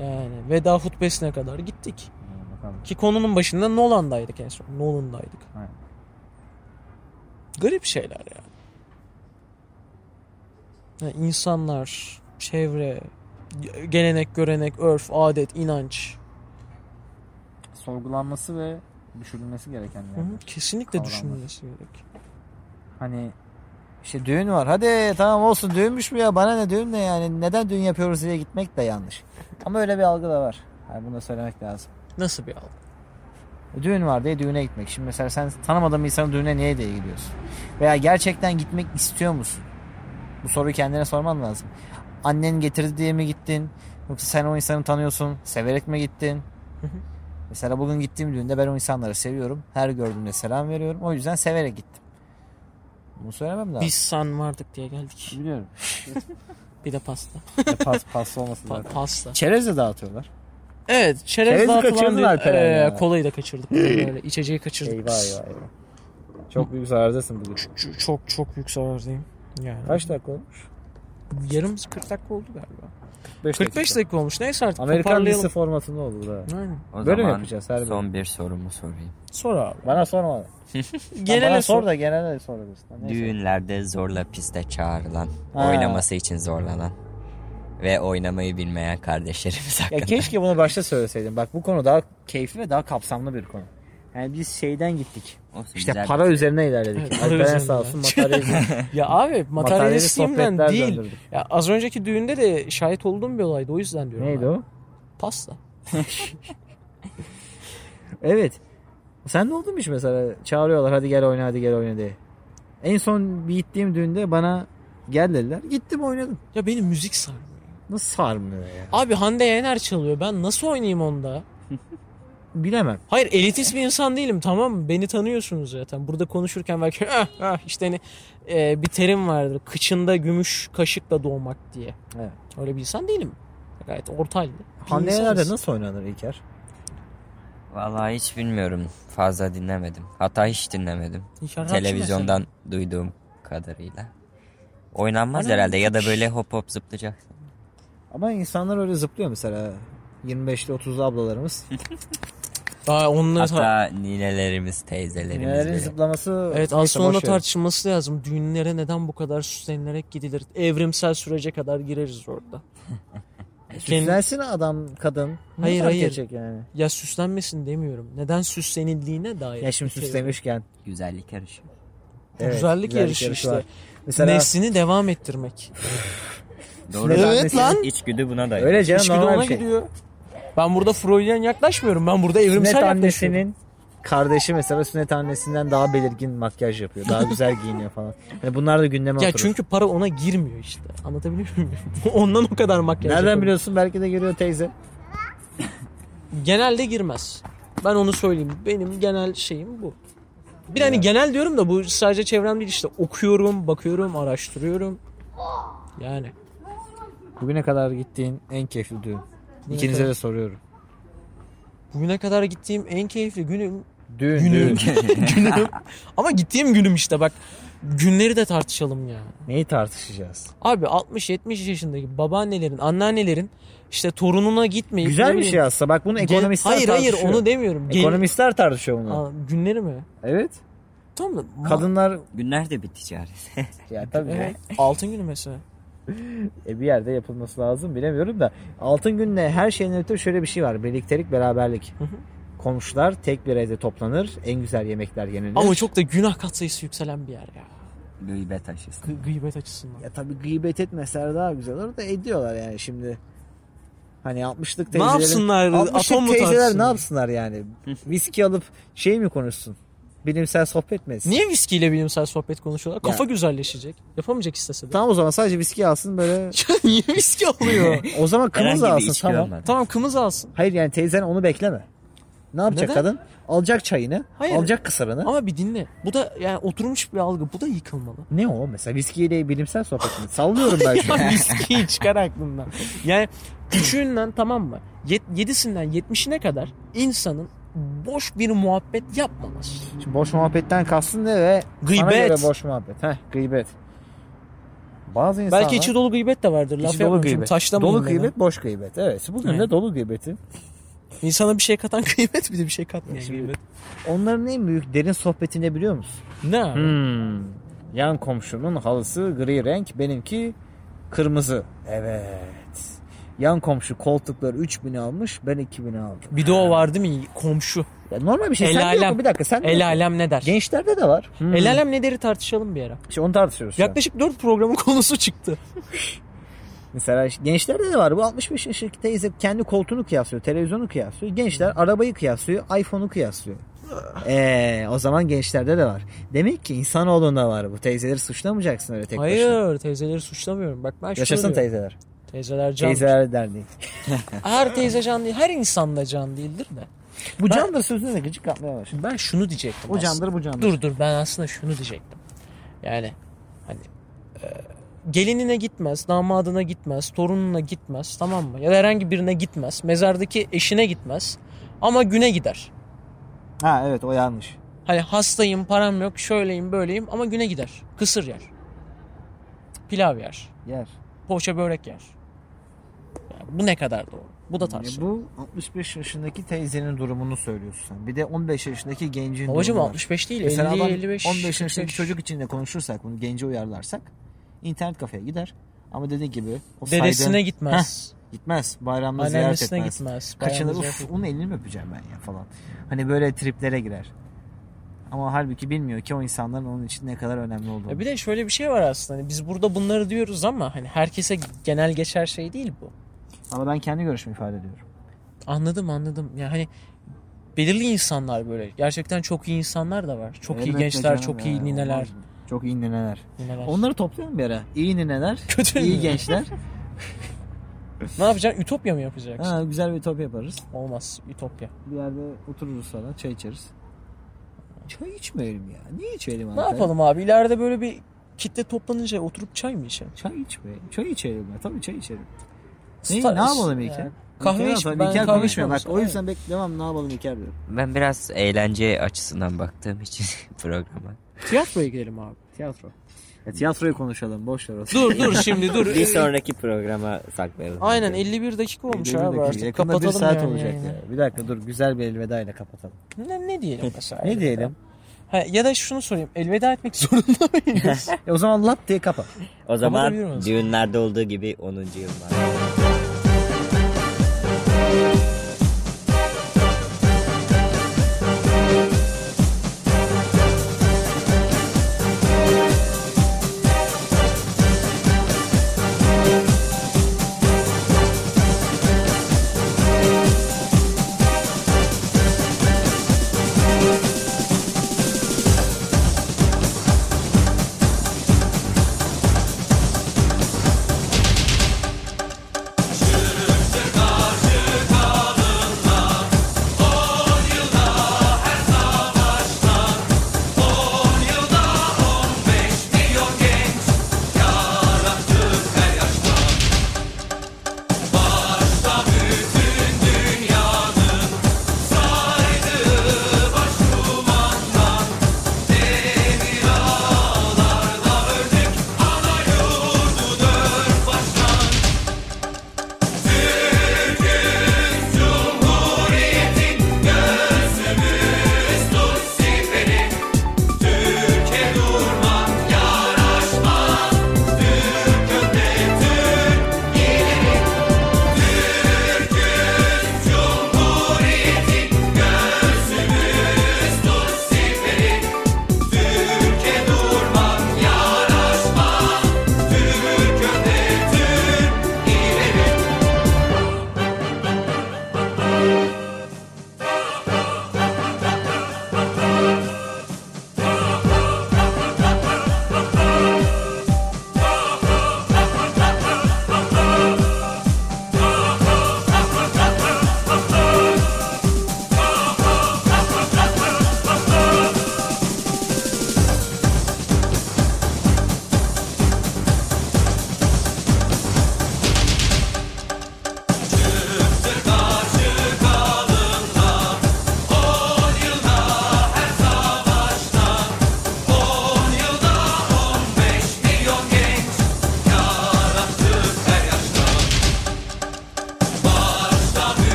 [SPEAKER 1] Yani veda hutbesine kadar gittik.
[SPEAKER 2] Yani bakalım.
[SPEAKER 1] Ki konunun başında Nolan'daydık en son. Nolan'daydık.
[SPEAKER 2] Aynen.
[SPEAKER 1] Garip şeyler yani. yani. İnsanlar, çevre, gelenek, görenek, örf, adet, inanç.
[SPEAKER 2] Sorgulanması ve düşünülmesi gereken
[SPEAKER 1] Hı hı,
[SPEAKER 2] yani.
[SPEAKER 1] Kesinlikle
[SPEAKER 2] Kavramlar.
[SPEAKER 1] düşünülmesi gerek.
[SPEAKER 2] Hani
[SPEAKER 4] İşte düğün var. Hadi tamam olsun düğünmüş mü ya? Bana ne düğün ne yani? Neden düğün yapıyoruz diye gitmek de yanlış. Ama öyle bir algı da var. Yani bunu da söylemek lazım.
[SPEAKER 1] Nasıl bir algı?
[SPEAKER 4] Düğün var diye düğüne gitmek. Şimdi mesela sen tanımadığın bir insanın düğüne niye diye gidiyorsun? Veya gerçekten gitmek istiyor musun? Bu soruyu kendine sorman lazım. Annen getirdi diye mi gittin? Yoksa sen o insanı tanıyorsun, severek mi gittin? mesela bugün gittiğim düğünde ben o insanları seviyorum. Her gördüğümde selam veriyorum. O yüzden severek gittim. Bunu söylemem lazım.
[SPEAKER 1] Biz san vardık diye geldik.
[SPEAKER 2] Biliyorum.
[SPEAKER 1] Bir de pasta.
[SPEAKER 2] Ya pas, pas olmasın
[SPEAKER 1] Pa-
[SPEAKER 2] zaten.
[SPEAKER 1] pasta.
[SPEAKER 2] Çerez de dağıtıyorlar.
[SPEAKER 1] Evet çerez
[SPEAKER 2] Çerezi
[SPEAKER 1] dağıtılan
[SPEAKER 2] kaçırdın
[SPEAKER 1] bir,
[SPEAKER 2] Alperen
[SPEAKER 1] Ee,
[SPEAKER 2] ya.
[SPEAKER 1] kolayı da kaçırdık. Böyle içeceği kaçırdık.
[SPEAKER 2] Eyvah eyvah eyvah. Çok büyük zarardasın bugün.
[SPEAKER 1] Ç- Çok çok yüksek ağırdayım. Yani.
[SPEAKER 2] Kaç dakika olmuş?
[SPEAKER 1] Yarım 40 dakika oldu galiba.
[SPEAKER 2] 45,
[SPEAKER 1] 45 dakika olmuş. Neyse artık
[SPEAKER 2] Amerikan
[SPEAKER 1] toparlayalım.
[SPEAKER 2] lise formatında oldu bu da.
[SPEAKER 1] Aynen.
[SPEAKER 3] O
[SPEAKER 2] Böyle mi
[SPEAKER 3] zaman
[SPEAKER 2] yapacağız her bölüm?
[SPEAKER 3] son bir sorumu sorayım.
[SPEAKER 1] Sor abi.
[SPEAKER 2] Bana sorma.
[SPEAKER 1] Genele
[SPEAKER 2] bana
[SPEAKER 1] sor.
[SPEAKER 2] sor da genelde sorabilirsin. Neyse.
[SPEAKER 3] Düğünlerde zorla piste çağrılan,
[SPEAKER 2] Ha.
[SPEAKER 3] oynaması için zorlanan ve oynamayı bilmeyen kardeşlerimiz
[SPEAKER 2] Ya
[SPEAKER 3] hakkında.
[SPEAKER 2] keşke bunu başta söyleseydin. Bak bu konu daha keyifli ve daha kapsamlı bir konu. Yani biz şeyden gittik.
[SPEAKER 3] Olsun,
[SPEAKER 2] İşte
[SPEAKER 3] güzel
[SPEAKER 2] para üzerine ilerledik.
[SPEAKER 1] Evet, para
[SPEAKER 2] Alperen
[SPEAKER 1] üzerine.
[SPEAKER 2] sağ olsun materyalist,
[SPEAKER 1] Ya abi
[SPEAKER 2] materyalist
[SPEAKER 1] materyalistimden
[SPEAKER 2] sohbetler
[SPEAKER 1] değil.
[SPEAKER 2] döndürdük.
[SPEAKER 1] Ya az önceki düğünde de şahit olduğum bir olaydı. O yüzden diyorum.
[SPEAKER 2] Neydi
[SPEAKER 1] abi.
[SPEAKER 2] o?
[SPEAKER 1] Pasta.
[SPEAKER 2] Evet. Sen ne oldun hiç mesela? Çağırıyorlar hadi gel oyna hadi gel oyna diye. En son bir gittiğim düğünde bana gel dediler. Gittim oynadım.
[SPEAKER 1] Ya beni müzik sarmıyor.
[SPEAKER 2] Nasıl sarmıyor ya?
[SPEAKER 1] Abi Hande Yener çalıyor. Ben nasıl oynayayım onda?
[SPEAKER 2] Bilemem.
[SPEAKER 1] Hayır elitist bir insan değilim tamam mı? Beni tanıyorsunuz zaten. Burada konuşurken belki ah, ah, işte hani e, bir terim vardır. Kıçında gümüş kaşıkla doğmak diye.
[SPEAKER 2] Evet.
[SPEAKER 1] Öyle bir insan değilim. Gayet ortal. bir
[SPEAKER 2] Hande
[SPEAKER 1] insanız.
[SPEAKER 2] Yener'de nasıl oynanır İlker?
[SPEAKER 3] Vallahi hiç bilmiyorum. Fazla dinlemedim. Hatta hiç dinlemedim.
[SPEAKER 1] İlker Rakçı
[SPEAKER 3] Televizyondan duyduğum kadarıyla. Oynanmaz
[SPEAKER 1] Anam,
[SPEAKER 3] herhalde ya da
[SPEAKER 1] şş.
[SPEAKER 3] böyle hop hop zıplayacaksın.
[SPEAKER 2] Ama insanlar öyle zıplıyor mesela. 25'li 30'lu ablalarımız.
[SPEAKER 1] mesela. Daha onunla tar-
[SPEAKER 3] Hatta ninelerimiz, teyzelerimiz
[SPEAKER 2] Nelerin
[SPEAKER 3] bile.
[SPEAKER 2] zıplaması...
[SPEAKER 1] Evet az
[SPEAKER 2] Neyse,
[SPEAKER 1] sonra
[SPEAKER 2] boş ver.
[SPEAKER 1] tartışılması lazım. Düğünlere neden bu kadar süslenerek gidilir? Evrimsel sürece kadar gireriz orada.
[SPEAKER 2] E,
[SPEAKER 1] Kendi-
[SPEAKER 2] Süslensin adam kadın. Ne
[SPEAKER 1] Hayır,
[SPEAKER 2] fark
[SPEAKER 1] hayır.
[SPEAKER 2] edecek yani.
[SPEAKER 1] ya süslenmesin demiyorum. Neden süslenildiğine dair.
[SPEAKER 2] Ya şimdi
[SPEAKER 1] bir şey yok.
[SPEAKER 2] süslemişken.
[SPEAKER 3] Güzellik yarışı.
[SPEAKER 2] Evet,
[SPEAKER 1] Güzellik yarışı işte.
[SPEAKER 2] var. Mesela
[SPEAKER 1] Neslini devam ettirmek.
[SPEAKER 3] Doğru.
[SPEAKER 1] Evet
[SPEAKER 3] Mesela
[SPEAKER 1] lan.
[SPEAKER 3] İçgüdü buna dayanıyor.
[SPEAKER 2] öyle canım
[SPEAKER 1] İçgüdü
[SPEAKER 2] normal
[SPEAKER 1] ona
[SPEAKER 2] bir şey.
[SPEAKER 1] gidiyor. Ben burada Freudian yaklaşmıyorum. Ben burada evrimsel
[SPEAKER 2] Sünnet
[SPEAKER 1] yaklaşıyorum.
[SPEAKER 2] annesinin kardeşi mesela sünnet annesinden daha belirgin makyaj yapıyor. Daha güzel giyiniyor falan. Yani bunlar da gündeme
[SPEAKER 1] Ya
[SPEAKER 2] oturur.
[SPEAKER 1] çünkü para ona girmiyor işte. Anlatabiliyor muyum? Ondan o kadar makyaj
[SPEAKER 2] Nereden
[SPEAKER 1] yapıyorum.
[SPEAKER 2] biliyorsun? Belki de görüyor teyze.
[SPEAKER 1] Genelde girmez. Ben onu söyleyeyim. Benim genel şeyim bu. Bir hani genel diyorum da bu sadece çevrem değil işte. Okuyorum, bakıyorum, araştırıyorum. Yani.
[SPEAKER 2] Bugüne kadar gittiğin en keyifli düğün. İkinize de soruyorum.
[SPEAKER 1] Bugüne kadar gittiğim en keyifli günüm.
[SPEAKER 2] Düğün,
[SPEAKER 1] Günüm.
[SPEAKER 2] düğün.
[SPEAKER 1] günüm. Ama gittiğim günüm işte bak. Günleri de tartışalım ya.
[SPEAKER 2] Neyi tartışacağız?
[SPEAKER 1] Abi 60-70 yaşındaki babaannelerin, anneannelerin işte torununa gitmeyip... ne
[SPEAKER 2] Güzel bir
[SPEAKER 1] bileyim,
[SPEAKER 2] şey aslında. Bak bunu
[SPEAKER 1] gel-
[SPEAKER 2] ekonomistler
[SPEAKER 1] Hayır hayır
[SPEAKER 2] tartışıyor.
[SPEAKER 1] onu demiyorum. Gel-
[SPEAKER 2] Ekonomistler tartışıyor bunu.
[SPEAKER 1] Aa, günleri mi?
[SPEAKER 2] Evet.
[SPEAKER 1] Tamam da
[SPEAKER 2] Kadınlar
[SPEAKER 3] Günler de bir ticaret.
[SPEAKER 2] ya tabii
[SPEAKER 1] Evet. Altın günü mesela.
[SPEAKER 2] e, bir yerde yapılması lazım bilemiyorum da altın günle her şeyin öte şöyle bir şey var. Birliktelik, beraberlik. Komşular tek bir evde toplanır. En güzel yemekler yenilir.
[SPEAKER 1] Ama çok da günah katsayısı yükselen bir yer ya.
[SPEAKER 3] Gıybet aşısı.
[SPEAKER 1] Gı- gıybet açısından.
[SPEAKER 2] Ya tabii gıybet etmeseler daha güzel olur da ediyorlar yani şimdi. Hani 60'lık
[SPEAKER 1] Ne
[SPEAKER 2] teyzeler.
[SPEAKER 1] yapsınlar? Atom mu
[SPEAKER 2] teyzeler ne
[SPEAKER 1] tartışsınlar?
[SPEAKER 2] yapsınlar yani? Viski alıp şey mi konuşsun? Bilimsel sohbet mi etsin?
[SPEAKER 1] Niye viskiyle bilimsel sohbet konuşuyorlar? Kafa güzelleşecek. Yapamayacak istese de.
[SPEAKER 2] Tamam o zaman sadece viski alsın böyle.
[SPEAKER 1] Ya Niye viski alıyor?
[SPEAKER 2] O zaman kımız
[SPEAKER 3] Herhangi bir
[SPEAKER 2] alsın
[SPEAKER 3] içki
[SPEAKER 2] tamam.
[SPEAKER 3] olmadı.
[SPEAKER 1] tamam kımız alsın.
[SPEAKER 2] Hayır yani teyzen onu bekleme. Ne yapacak
[SPEAKER 1] Neden?
[SPEAKER 2] kadın? Alacak çayını,
[SPEAKER 1] Hayır.
[SPEAKER 2] alacak kısırını.
[SPEAKER 1] Ama bir dinle. Bu da yani oturmuş bir algı. Bu da yıkılmalı.
[SPEAKER 2] Ne o mesela viskiyle bilimsel sohbet mi? Sallıyorum ben şu an.
[SPEAKER 1] Ya viskiyi çıkar aklından. Yani küçüğünden tamam mı? Yet, yedisinden yetmişine kadar insanın boş bir muhabbet yapmaması.
[SPEAKER 2] Şimdi boş muhabbetten kastın ne ve sana
[SPEAKER 1] Gıybet.
[SPEAKER 2] göre boş muhabbet. Heh, gıybet. Bazı insanlar...
[SPEAKER 1] Belki içi dolu gıybet de vardır. Laf
[SPEAKER 2] İçi dolu
[SPEAKER 1] yapmıyorum şimdi
[SPEAKER 2] gıybet.
[SPEAKER 1] taşlamayın
[SPEAKER 2] Dolu
[SPEAKER 1] beni.
[SPEAKER 2] gıybet, boş gıybet. Evet. Bugün
[SPEAKER 1] Evet.
[SPEAKER 2] de dolu gıybetin.
[SPEAKER 1] İnsana bir şey katan gıybet bir de bir şey katmayan
[SPEAKER 2] Şimdi-
[SPEAKER 1] gıybet.
[SPEAKER 2] Onların en büyük derin sohbeti ne biliyor musun?
[SPEAKER 1] Ne abi?
[SPEAKER 2] Hmm. Yan komşumun halısı gri renk, benimki kırmızı. Evet. Yan komşu koltukları 3000 almış, ben 2000 aldım.
[SPEAKER 1] Bir de o var değil mi? Komşu.
[SPEAKER 2] Ya normal bir şey.
[SPEAKER 1] El
[SPEAKER 2] Sen de yok
[SPEAKER 1] alem.
[SPEAKER 2] mu? Bir dakika sen de yok
[SPEAKER 1] El
[SPEAKER 2] mu?
[SPEAKER 1] alem Hmm. ne der?
[SPEAKER 2] Gençlerde de var.
[SPEAKER 1] El alem ne deri tartışalım bir ara.
[SPEAKER 2] İşte onu tartışıyoruz. şu an.
[SPEAKER 1] Yaklaşık 4 programın konusu çıktı.
[SPEAKER 2] Mesela işte gençlerde de var. Bu 65 yaşındaki teyze kendi koltuğunu kıyaslıyor. Televizyonu kıyaslıyor. Gençler
[SPEAKER 1] Hmm.
[SPEAKER 2] arabayı kıyaslıyor. iPhone'u kıyaslıyor. Eee o zaman gençlerde de var. Demek ki insanoğlunda var bu. Teyzeleri suçlamayacaksın öyle tek başına.
[SPEAKER 1] Hayır teyzeleri suçlamıyorum. Bak ben şunu
[SPEAKER 2] Yaşasın
[SPEAKER 1] diyorum.
[SPEAKER 2] teyzeler.
[SPEAKER 1] Teyzeler can.
[SPEAKER 2] Teyzeler derdi.
[SPEAKER 1] Her teyze can değil. Her insan da can değildir de.
[SPEAKER 2] Bu candır sözüne de gıcık yapmaya başladı.
[SPEAKER 1] Ben şunu diyecektim
[SPEAKER 2] O
[SPEAKER 1] aslında.
[SPEAKER 2] candır bu candır.
[SPEAKER 1] Dur dur ben aslında şunu diyecektim. Yani hani e, gelinine gitmez, damadına gitmez, torununa gitmez tamam mı? Ya da herhangi birine gitmez. Mezardaki eşine gitmez. Ama güne gider.
[SPEAKER 2] Ha evet o yanlış.
[SPEAKER 1] Hani hastayım, param yok, şöyleyim, böyleyim ama güne gider. Kısır yer. Pilav yer.
[SPEAKER 2] Yer.
[SPEAKER 1] Poğaça börek yer. Ya bu ne kadar doğru? Bu da tartışılır.
[SPEAKER 2] E, Bu 65 yaşındaki teyzenin durumunu söylüyorsun sen. Bir de 15 yaşındaki gencin
[SPEAKER 1] Babacım
[SPEAKER 2] durumu var.
[SPEAKER 1] 65 değil,
[SPEAKER 2] Mesela
[SPEAKER 1] 50,
[SPEAKER 2] adam
[SPEAKER 1] 55,
[SPEAKER 2] 15 yaşındaki
[SPEAKER 1] 45.
[SPEAKER 2] çocuk için de konuşursak bunu gence uyarlarsak internet kafeye gider. Ama dediği gibi o saydığın-
[SPEAKER 1] Dedesine gitmez.
[SPEAKER 2] gitmez. Bayramda ziyaret
[SPEAKER 1] Anneannesine
[SPEAKER 2] etmez.
[SPEAKER 1] gitmez.
[SPEAKER 2] Kaçınır
[SPEAKER 1] bayramda ziyaret
[SPEAKER 2] uf
[SPEAKER 1] etmez.
[SPEAKER 2] onun elini mi öpeceğim ben ya falan. Hani böyle triplere girer. Ama halbuki bilmiyor ki o insanların onun için ne kadar önemli olduğunu.
[SPEAKER 1] Ya bir de şöyle bir şey var aslında. Hani biz burada bunları diyoruz ama hani herkese genel geçer şey değil bu.
[SPEAKER 2] Ama ben kendi görüşümü ifade ediyorum.
[SPEAKER 1] Anladım anladım. Yani hani belirli insanlar böyle. Gerçekten çok iyi insanlar da var. Çok iyi
[SPEAKER 2] Elbette
[SPEAKER 1] gençler,
[SPEAKER 2] canım
[SPEAKER 1] çok
[SPEAKER 2] ya,
[SPEAKER 1] iyi nineler.
[SPEAKER 2] olmaz mı? Çok iyi nineler.
[SPEAKER 1] nineler.
[SPEAKER 2] Onları toplayalım bir ara. İyi nineler,
[SPEAKER 1] Kötü
[SPEAKER 2] iyi
[SPEAKER 1] nineler.
[SPEAKER 2] gençler.
[SPEAKER 1] Ne yapacaksın? Ütopya mı yapacaksın?
[SPEAKER 2] Ha, güzel bir top yaparız.
[SPEAKER 1] Olmaz. Ütopya.
[SPEAKER 2] Bir yerde otururuz falan, çay içeriz. Çay içmeyelim ya. Niye içelim abi?
[SPEAKER 1] Ne yapalım abi? İleride böyle bir kitle toplanınca oturup çay mı içelim?
[SPEAKER 2] Çay içmeyelim. Çay içelim ya. Tabii çay içelim. Ne,
[SPEAKER 1] Star-
[SPEAKER 2] ne yapalım İlker?
[SPEAKER 1] Yani kahve
[SPEAKER 2] İlker
[SPEAKER 1] iç-
[SPEAKER 2] yapalım.
[SPEAKER 1] ben
[SPEAKER 2] İlker
[SPEAKER 1] kahve
[SPEAKER 2] konuşmuyor bak.
[SPEAKER 1] içmemiştim.
[SPEAKER 2] O yüzden bek devam ne yapalım İlker diyorum.
[SPEAKER 3] Ben biraz eğlence açısından baktığım için programa.
[SPEAKER 1] Tiyatroya gidelim abi.
[SPEAKER 2] Tiyatro. E, tiyatroyu konuşalım. Boş ver olsun.
[SPEAKER 1] Dur dur şimdi dur.
[SPEAKER 3] Bir sonraki programa saklayalım.
[SPEAKER 1] Aynen 51 dakika olmuş abi artık.
[SPEAKER 2] Yakında
[SPEAKER 1] Kapatalım
[SPEAKER 2] bir saat
[SPEAKER 1] yani
[SPEAKER 2] olacak
[SPEAKER 1] yayını.
[SPEAKER 2] ya. Bir dakika dur. Güzel bir elveda ile kapatalım.
[SPEAKER 1] Ne, ne diyelim mesela?
[SPEAKER 2] ne diyelim?
[SPEAKER 1] Ha, ya da şunu sorayım. Elveda etmek zorunda mıyız?
[SPEAKER 2] E, o zaman lap diye kapat.
[SPEAKER 3] O zaman
[SPEAKER 1] Kapatabilir miyiz?
[SPEAKER 3] düğünlerde olduğu gibi 10. yıl var.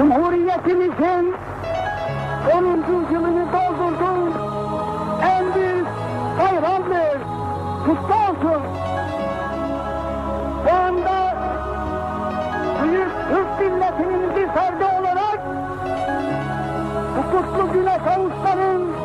[SPEAKER 5] Bugün 12. yılını doldurdum. En büyük bayramdır. Kutlu olsun. Şu anda büyük Türk milletinin bir ferdi olarak bu kutlu güne kavuşmanın